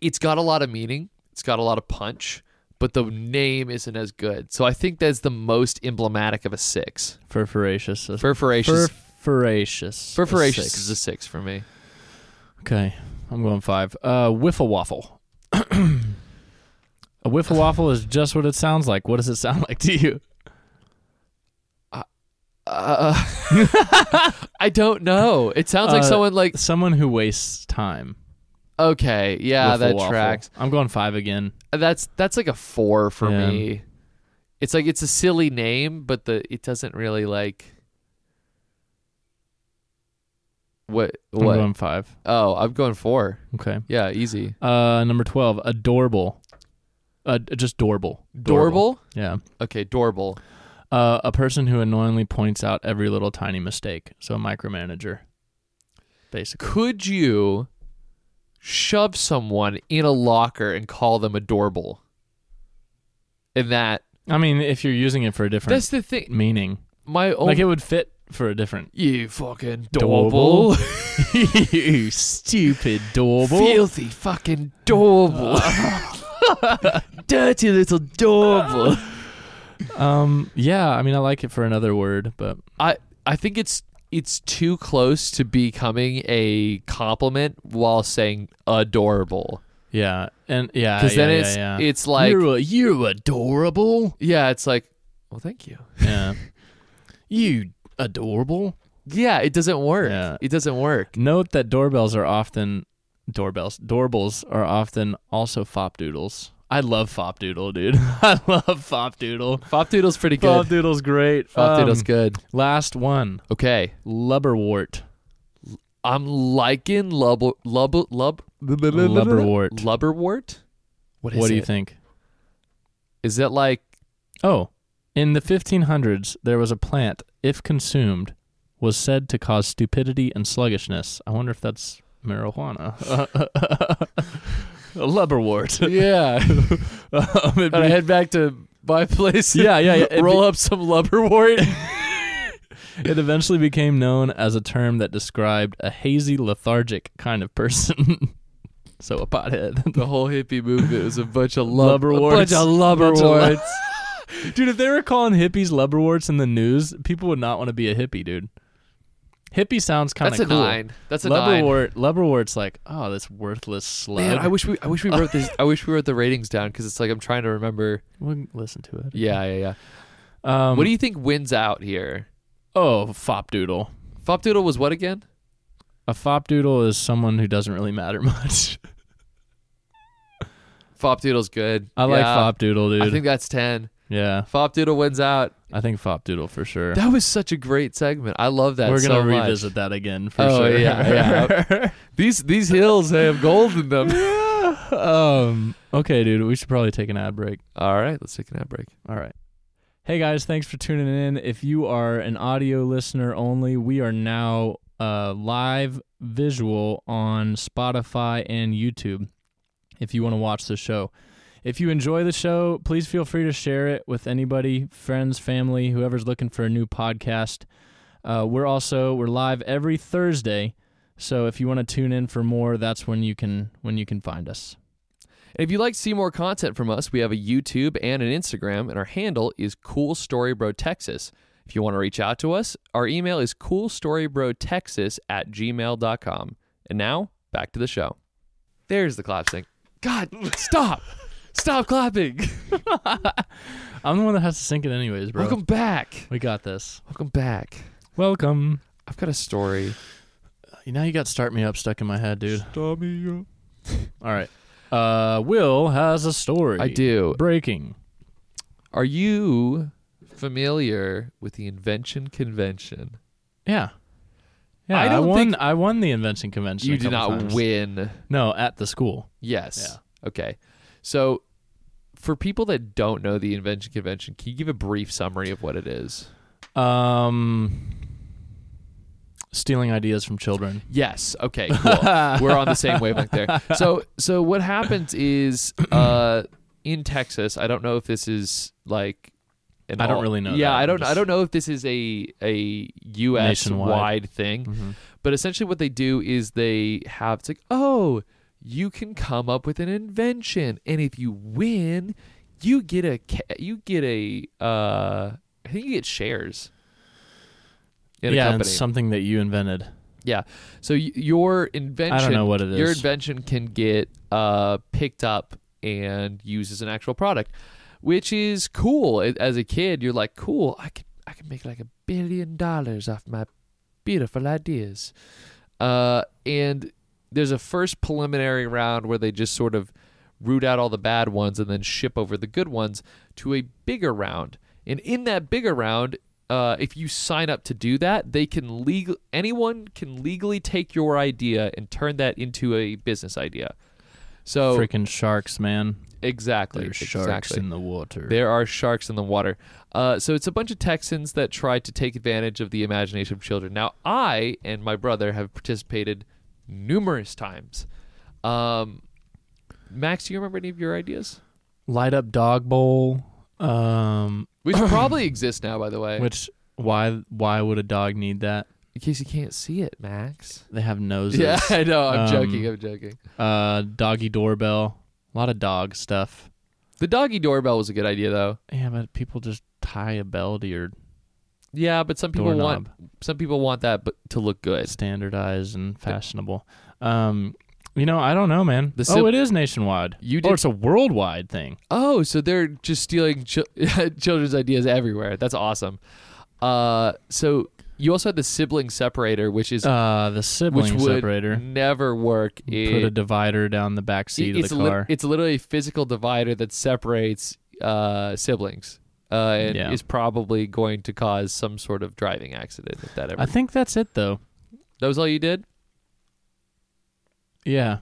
it's got a lot of meaning. It's got a lot of punch. But the name isn't as good, so I think that's the most emblematic of a six. Furfuracious. is- Furfuracious, Furfuracious. is furfuracious six. is a six for me. Okay, I'm going five. Uh, wiffle waffle. a wiffle waffle is just what it sounds like. What does it sound like to you? Uh, I don't know. It sounds like Uh, someone like Someone who wastes time. okay, yeah, Wiffle that waffle. tracks. I'm going five again. that's that's like a four for Yeah. me. It's like it's a silly name, but the it doesn't really like what I'm what. going five. oh, I'm going four. Okay. Yeah, easy. Uh, number twelve. Adorable. Uh, just dorable. Dorable. Yeah. Okay, dorable. Uh, a person who annoyingly points out every little tiny mistake. So a micromanager. Basically. Could you shove someone in a locker and call them a dorable? And that I mean, if you're using it for a different that's Oh. the thing. meaning, My own. like it would fit for a different. you fucking Dorable. dorable. you stupid dorble. Filthy fucking dorble. Dirty little dorble. Um, yeah, I mean, I like it for another word, but I I think it's it's too close to becoming a compliment while saying adorable. yeah, and yeah, Because yeah, then Ah, yeah, it's yeah. it's like you're a, you're adorable. yeah, it's like well thank you. Yeah, you adorable. Yeah, it doesn't work. Yeah. It doesn't work. Note that doorbells are often doorbells. Doorbells are often also fop doodles. I love fop doodle, dude. I love fop doodle. Fop doodle's pretty Fop good. doodle's great. Fop doodle's Um, good. Last one, Okay. lubberwort. I'm liking lub lub lub Lubberwort. Lubberwort? What is what do you it? think? Is it like Oh, in the 1500s, there was a plant, if consumed, was said to cause stupidity and sluggishness. I wonder if that's marijuana. a lubberwort. Yeah. Um, it'd And I be- head back to my place. yeah, yeah, yeah. It, Roll up some lubberwort. it eventually became known as a term that described a hazy, lethargic kind of person. so a pothead. the whole hippie movement was a bunch of lub- Lubberworts. A bunch of Bunch of lub- lubberworts. dude, if they were calling hippies lubberworts in the news, people would not want to be a hippie, dude. Hippie sounds kind of That's a cool. nine. That's a nine. Leberwort, Leberwort's like, oh, this worthless slug. Man, I wish we I wish we wrote this. I wish we wrote the ratings down because it's like I'm trying to remember. We'll listen to it. Yeah, yeah, yeah. Um, what do you think wins out here? Oh, fop doodle. Fop Doodle was what again? A fop doodle is someone who doesn't really matter much. Fop Doodle's good. I like Yeah. fop doodle, dude. I think that's ten. yeah, Fop Doodle wins out. I think fop doodle for sure. That was such a great segment. I love that. We're so gonna much. revisit that again for Oh, sure. yeah, These these hills have gold in them. um. Okay, dude. We should probably take an ad break. All right, let's take an ad break. All right. Hey guys, thanks for tuning in. If you are an audio listener only, we are now uh, live visual on Spotify and YouTube if you want to watch the show. If you enjoy the show, please feel free to share it with anybody, friends, family, whoever's looking for a new podcast. Uh, we're also we're live every Thursday, so if you want to tune in for more, that's when you can when you can find us. And if you'd like to see more content from us, we have a YouTube and an Instagram, and our handle is Cool Story Bro Texas. If you want to reach out to us, our email is coolstorybrotexas at gmail.com. And now, back to the show. There's the clap sync. God, stop. stop clapping. I'm the one that has to sync it anyways, bro. Welcome back. We got this. Welcome back. Welcome. I've got a story. You now you got start me up stuck in my head, dude. All right. Uh, Will has a story. I do. Breaking. Are you familiar with the invention convention? Yeah. Yeah. I I, don't won. think- I won the invention convention. you a did couple not times. win. No, at the school. Yes. Okay. So, for people that don't know the Invention Convention, can you give a brief summary of what it is? Um, stealing ideas from children. Yes. Okay. Cool. We're on the same wavelength there. So, so what happens is, uh, in Texas, I don't know if this is like. An I don't really know Yeah, that. I I'm don't. I just- don't know if this is a a U.S. Nationwide. Mm-hmm. wide thing, but essentially what they do is they have it's like, oh, you can come up with an invention, and if you win, you get a ca- you get a uh, I think you get shares. In a yeah, and company. something that you invented. Yeah. So y- your invention, what it Your is. invention can get uh, picked up and used as an actual product, which is cool. A- As a kid, you're like, cool. I can I can make like a billion dollars off my beautiful ideas. Uh, and there's a first preliminary round where they just sort of root out all the bad ones and then ship over the good ones to a bigger round. And in that bigger round, uh, if you sign up to do that, they can legal anyone can legally take your idea and turn that into a business idea. So Freaking sharks, man. exactly, There's sharks Oh. exactly. in the water. There are sharks in the water. Uh, so it's a bunch of Texans that try to take advantage of the imagination of children. Now, I and my brother have participated numerous times. Um, Max, do you remember any of your ideas? Light up dog bowl. Um, Which probably exist now, by the way. which why why would a dog need that? in case you can't see it, Max. They have noses. Yeah, I know. I'm Um, joking. I'm joking. uh, doggy doorbell, a lot of dog stuff. The doggy doorbell was a good idea, though. Yeah, but people just tie a bell to your Yeah, but some people want doorknob, some people want that, but to look good. standardized and fashionable. Um, you know, I don't know, man. The oh, sim- it is nationwide. You or did- it's a worldwide thing. Oh, so they're just stealing chil- children's ideas everywhere. That's awesome. Uh, so you also had the sibling separator, which is Uh, the which sibling would separator. never work. Put a It- divider down the back seat of it's the lit- car. it's literally a physical divider that separates uh, siblings, uh, and Yeah. is probably going to cause some sort of driving accident if that ever. I think that's it though. that was all you did. Yeah.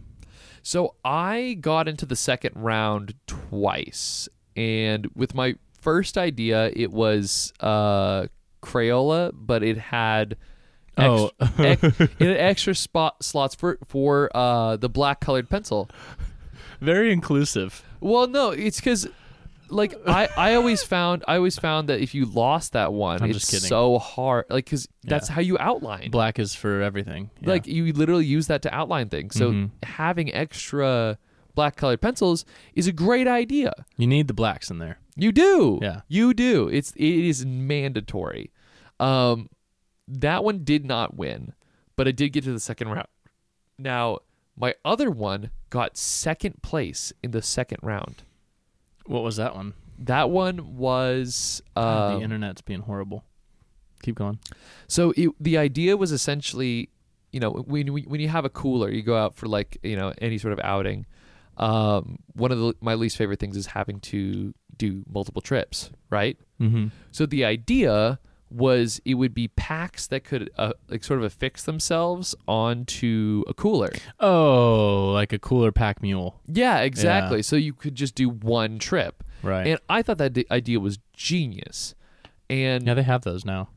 So I got into the second round twice, and with my first idea, it was uh, Crayola, but it had Oh. ex- ex- it had extra spot slots for for uh, the black colored pencil. Very inclusive. Well, no, it's because like I, I always found I always found that if you lost that one, I'm it's just kidding. so hard. Like because that's how you outline. Black is for everything. Yeah. Mm-hmm. Like you literally use that to outline things. So having extra black colored pencils is a great idea. you need the blacks in there. You do. Yeah. You do. It's it is mandatory. Um that one did not win, but I did get to the second round. Now, my other one got second place in the second round. What was that one? That one was God, uh, the internet's being horrible. Keep going. so it, the idea was essentially, you know, when when you have a cooler, you go out for like you know any sort of outing. Um, one of the, my least favorite things is having to do multiple trips, right? Mm-hmm. So the idea was it would be packs that could uh, like sort of affix themselves onto a cooler. Oh, like a cooler pack mule. Yeah, exactly. So you could just do one trip. Right. And I thought that di- idea was genius. And yeah, they have those now.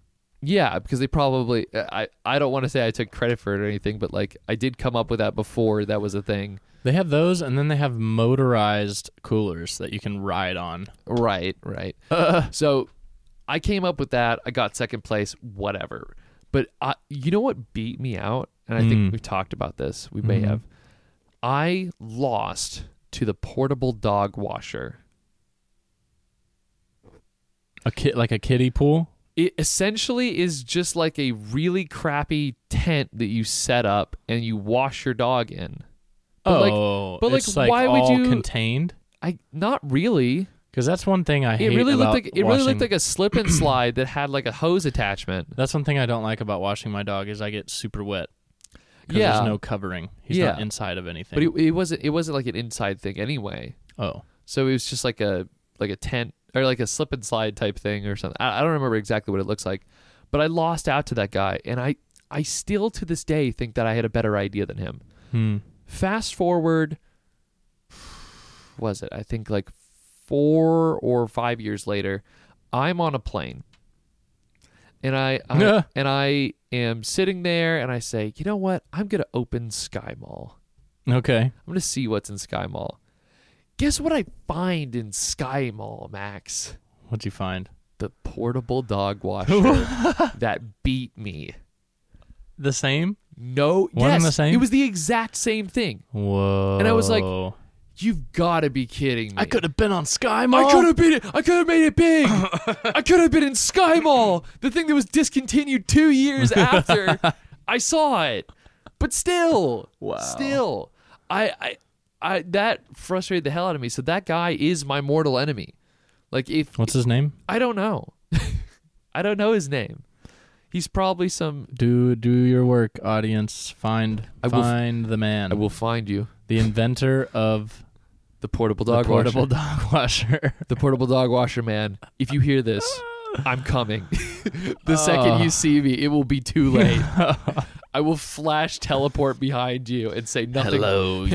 yeah, because they probably uh, I I don't want to say I took credit for it or anything, but like I did come up with that before that was a thing. They have those, and then they have motorized coolers that you can ride on. Right, right. So I came up with that. I got second place, whatever. But I, you know what beat me out? And I think we've talked about this. We may have. I lost to the portable dog washer. A kit, like a kiddie pool. It essentially is just like a really crappy tent that you set up and you wash your dog in. But like- oh, but, like, it's like why would all you- contained? I not really. Because that's one thing I It hate really looked about like it really washing- looked like a slip and slide that had like a hose attachment. That's one thing I don't like about washing my dog is I get super wet. 'cause Yeah. There's no covering. He's not Yeah. inside of anything. But it, it wasn't it wasn't like an inside thing anyway. oh. So it was just like a like a tent or like a slip and slide type thing or something. I, I don't remember exactly what it looks like, but I lost out to that guy, and I I still to this day think that I had a better idea than him. Hmm. Fast forward, was it? I think like four or five years later, I'm on a plane, and I, I Yeah. and I am sitting there, and I say, you know what? I'm gonna open Sky Mall. Okay. I'm gonna see what's in Sky Mall. Guess what I find in Sky Mall, Max? What'd you find? The portable dog washer that beat me. The same. No, One yes, and the same? it was the exact same thing. Whoa. I was like, You've got to be kidding me! I could have been on Sky I Mall. could have been. it- I could have made it big. I could have been in Sky Mall, the thing that was discontinued two years after I saw it. But still, Wow. still, I, I, I, that frustrated the hell out of me. So that guy is my mortal enemy. Like if What's his name? I don't know, I don't know his name. He's probably some. Do do your work, audience. Find I will f- find the man, I will find you. the inventor of The portable dog the portable washer. dog washer. the portable dog washer man. If you hear this, I'm coming. the second Ah. you see me, it will be too late. I will flash teleport behind you and say nothing.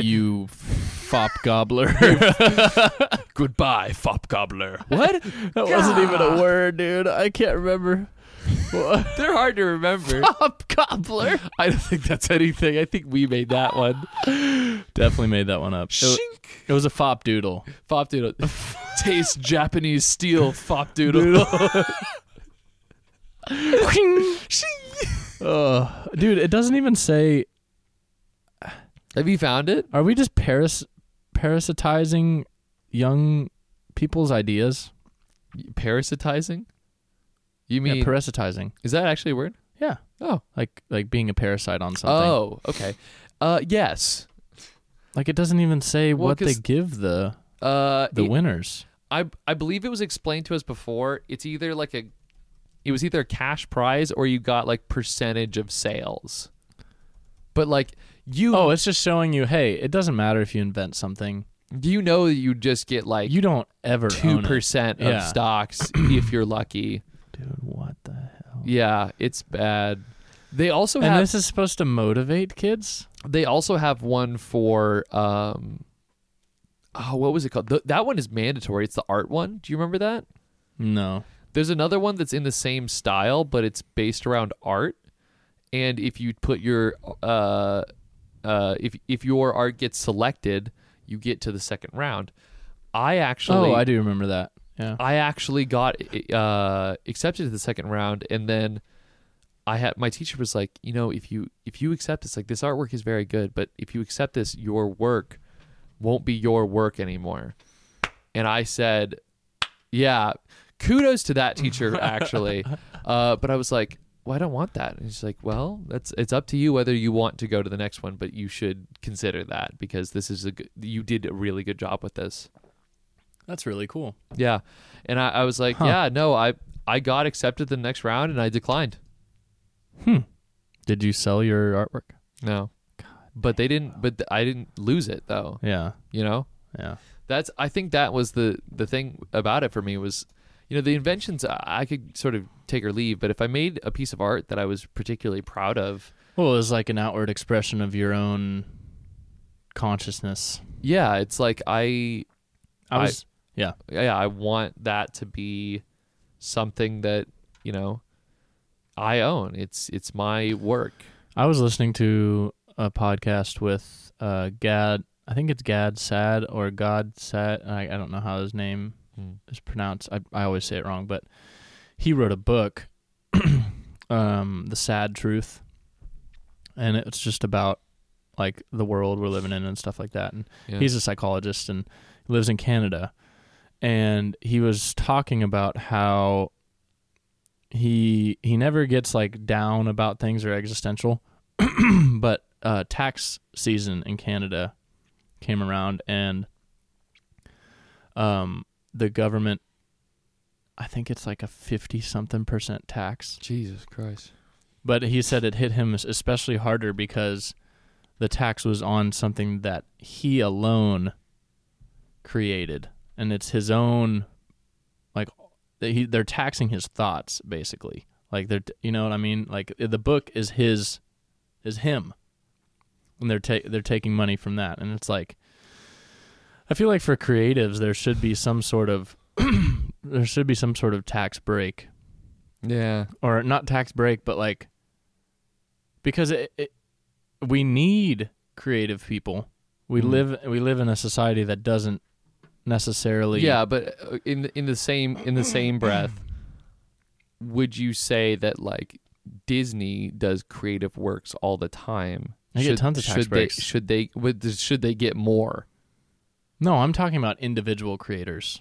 you fop gobbler. Goodbye, fop gobbler. What? that wasn't even a word, dude. I can't remember. They're hard to remember. Fop gobbler. I don't think that's anything. I think we made that one. Definitely made that one up. It, Shink. it was a fop doodle. Fop doodle. Taste Japanese steel fop doodle. Ugh. dude, it doesn't even say. Have you found it? Are we just paras- parasitizing young people's ideas? Parasitizing? You Yeah, mean parasitizing. is that actually a word? Yeah. Oh. Like like being a parasite on something. Oh, okay. Uh, yes. Like it doesn't even say Well, what they 'cause- give the Uh, the it- winners. I I believe it was explained to us before. It's either like a, it was either a cash prize or you got like percentage of sales. But like you, Oh, it's just showing you, hey, it doesn't matter if you invent something. you know that you just get like You don't ever two own it. percent of Yeah. stocks if you're lucky. Dude, what the hell? Yeah, it's bad. They also And have this is supposed to motivate kids? they also have one for um, oh, what was it called? Th- that one is mandatory. It's the art one. Do you remember that? No. There's another one that's in the same style, but it's based around art. And if you put your uh, uh, if if your art gets selected, you get to the second round. I actually, Oh, I do remember that. Yeah. I actually got uh, accepted to the second round, and then I had my teacher was like, you know, if you if you accept this, like this artwork is very good, but if you accept this, your work won't be your work anymore. And I said, yeah, kudos to that teacher actually. uh, but I was like, well, I don't want that. And she's like, well, that's it's up to you whether you want to go to the next one, but you should consider that because this is a good, you did a really good job with this. That's really cool. Yeah, and I, I was like, yeah, no, I I got accepted the next round and I declined. Did you sell your artwork? No, but they didn't. But th- I didn't lose it though. Yeah. You know, Yeah. that's I think that was the the thing about it for me was, you know, the inventions I I could sort of take or leave, but if I made a piece of art that I was particularly proud of, Well, it was like an outward expression of your own consciousness. yeah, it's like I I I- was yeah. yeah, I want that to be something that, you know, I own. It's it's my work. I was listening to a podcast with uh, Gad. I think it's Gad Sad or God Sad. I, I don't know how his name Hmm. is pronounced. I, I always say it wrong, but he wrote a book, um, The Sad Truth, and it's just about like the world we're living in and stuff like that. And Yeah. he's a psychologist and lives in Canada. And he was talking about how he he never gets like down about things or existential. but uh, tax season in Canada came around and um, the government I think it's like a 50 something percent tax Jesus Christ. but he said it hit him especially harder because the tax was on something that he alone created and it's his own like they- he, they're taxing his thoughts basically like they're you know what i mean like the book is his is him and they're ta- they're taking money from that and it's like i feel like for creatives there should be some sort of there should be some sort of tax break Yeah. or not tax break, but like because it, it we need creative people. We Mm. live we live in a society that doesn't necessarily Yeah, but uh, in in the same in the same breath, would you say that like Disney does creative works all the time? They get tons of tax should breaks. They, should they would should they get more? No, I'm talking about individual creators.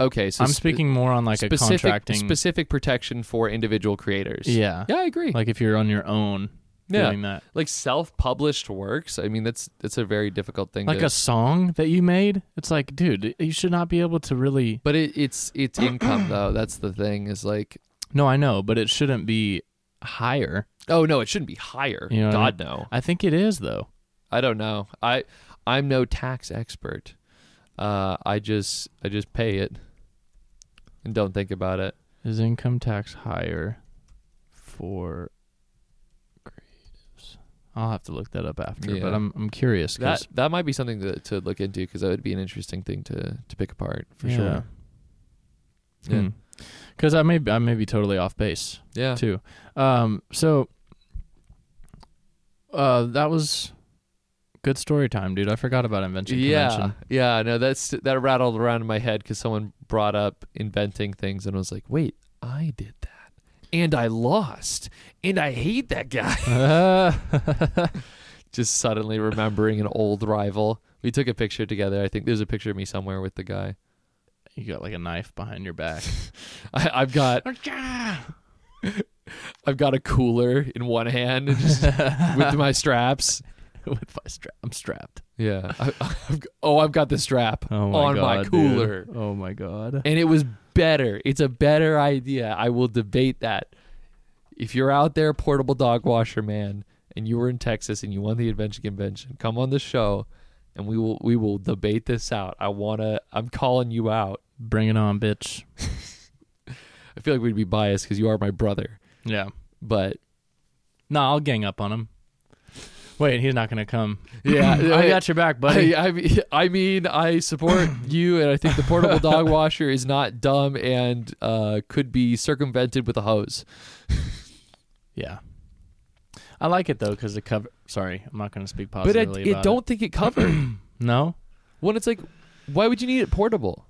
Okay, so I'm spe- speaking more on like a specific contracting specific protection for individual creators. Yeah. yeah, I agree. Like if you're on your own Yeah. doing that. like self-published works i mean that's that's a very difficult thing Like to, a song that you made, it's like, dude, you should not be able to really but it, it's it's income though that's the thing is like No, I know, but it shouldn't be higher. oh no it shouldn't be higher You know what I god mean? no I think it is though. i don't know i i'm no tax expert uh i just i just pay it and don't think about it Is income tax higher for creatives? I'll have to look that up after, Yeah. but I'm I'm curious. 'cause- that that might be something to, to look into because that would be an interesting thing to to pick apart for sure Yeah. Yeah. Because Hmm. I may I may be totally off base yeah too. Um. So. Uh, that was good story time, dude. I forgot about invention yeah convention. yeah no that's that rattled around in my head because someone brought up inventing things and I was like wait i did that and i lost and i hate that guy just suddenly remembering an old rival we took a picture together i think there's a picture of me somewhere with the guy You got like a knife behind your back. I, i've got i've got a cooler in one hand and just with my straps With my strap, I'm strapped. yeah I, I've, g- oh i've got the strap Oh my on god, my dude. cooler Oh my god. and it was better. It's a better idea. I will debate that. If you're out there, portable dog washer man, and you were in Texas and you won the invention convention, come on the show, and we will we will debate this out. I wanna. I'm calling you out. Bring it on, bitch. I feel like we'd be biased because you are my brother, Yeah. but No, I'll gang up on him. Wait, he's not gonna come. yeah, I got your back, buddy. I, I mean, I mean, I support you, and I think the portable dog washer is not dumb and uh, could be circumvented with a hose. yeah. I like it though because the cover. Sorry, I'm not gonna speak But I, positively I about don't think it covered. it. No. When it's like, why would you need it portable?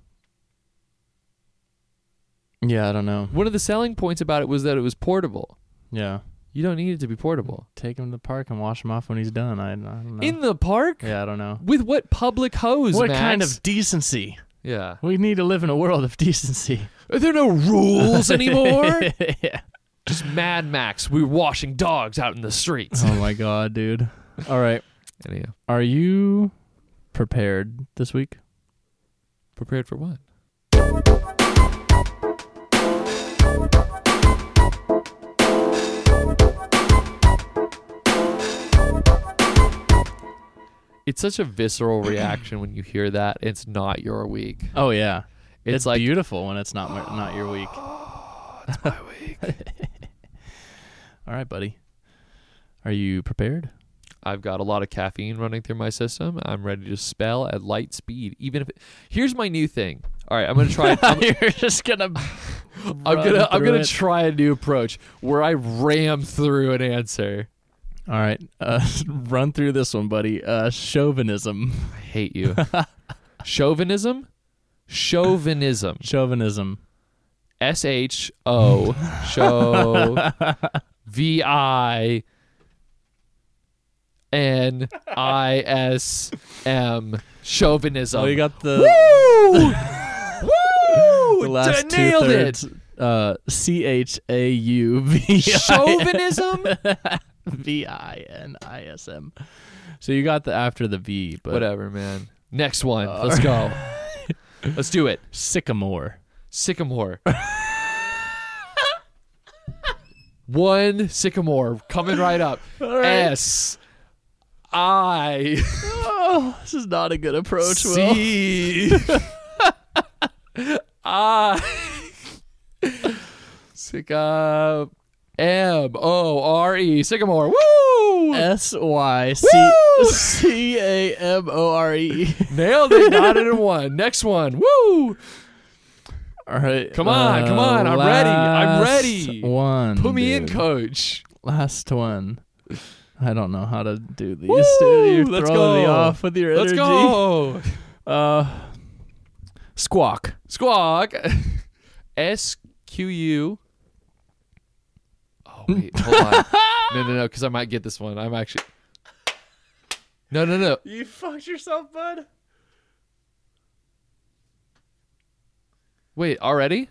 Yeah, I don't know. One of the selling points about it was that it was portable. Yeah, You don't need it to be portable. take him to the park and wash him off when he's done. I, I don't know. In the park? yeah, I don't know. With what public hose, What Max? kind of decency? Yeah. We need to live in a world of decency. Are there no rules anymore? yeah. Just Mad Max. We were washing dogs out in the streets. Oh my god, dude. All right. Anyhow, Are you prepared this week? prepared for what? It's such a visceral reaction when you hear that. It's not your week. Oh yeah. It's It's, like- like beautiful when it's not my- not your week. My week. All right, buddy. Are you prepared? I've got a lot of caffeine running through my system. I'm ready to spell at light speed. Even if here's my new thing. All right, I'm gonna try. I'm, You're just gonna. I'm gonna I'm through gonna it. try a new approach where I ram through an answer. All right, uh, run through this one, buddy. Uh, chauvinism, I hate you. Chauvinism. Chauvinism. chauvinism. S H O show V I N I S M chauvinism. Oh, you got the Woo! the last D- two nailed thirds. it. Uh, C H A U V Chauvinism. V I N I S M. So you got the after the V, but Whatever, man. Next one. Let's go. Let's do it. sycamore. Sycamore. one sycamore coming right up. S I Oh, this is not a good approach. Will. C I Sycam M O R E Sycamore. Woo! S Y C Woo! C A M O R E. Nailed it. Got it in one. Next one. Woo! All right, uh, Come on, come on, I'm ready, I'm ready. last One. Put me in, dude. coach. Last one. I don't know how to do these. Woo, dude. You're let's throwing me go. off with your Let's energy. go. Uh, squawk. Squawk. S Q U. Oh wait, hold on. No, no, no, because I might get this one. I'm actually. No, no, no. You fucked yourself, bud. Wait, already?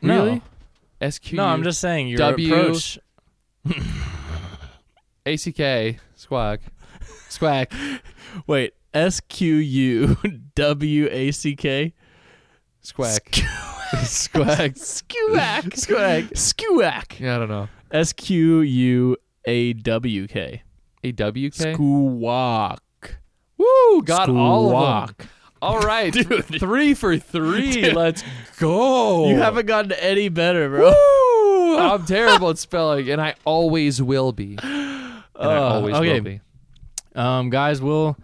No. Really? S Q. No, I'm just saying your W. approach. A C K. Squawk. Squawk. Wait, S Q U W A C K. Squawk. Squawk. Squawk. Squawk. Squawk. Yeah, I don't know. S Q U A W K. A W K. Squawk. Woo! Got all of Squawk. them. All right, th- three for three. Let's go. You haven't gotten any better, bro. Uh, I'm terrible at spelling, and I always will be. And I Uh, always okay. will be. Um, guys, we'll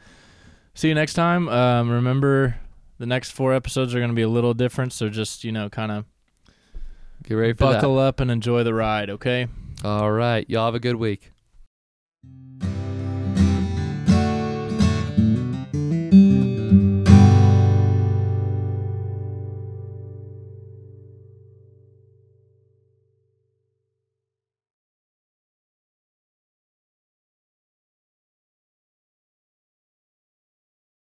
see you next time. Um, remember, the next four episodes are going to be a little different, so just you know, kind of Get ready for buckle up and enjoy the ride. Okay. that. All right, y'all have a good week.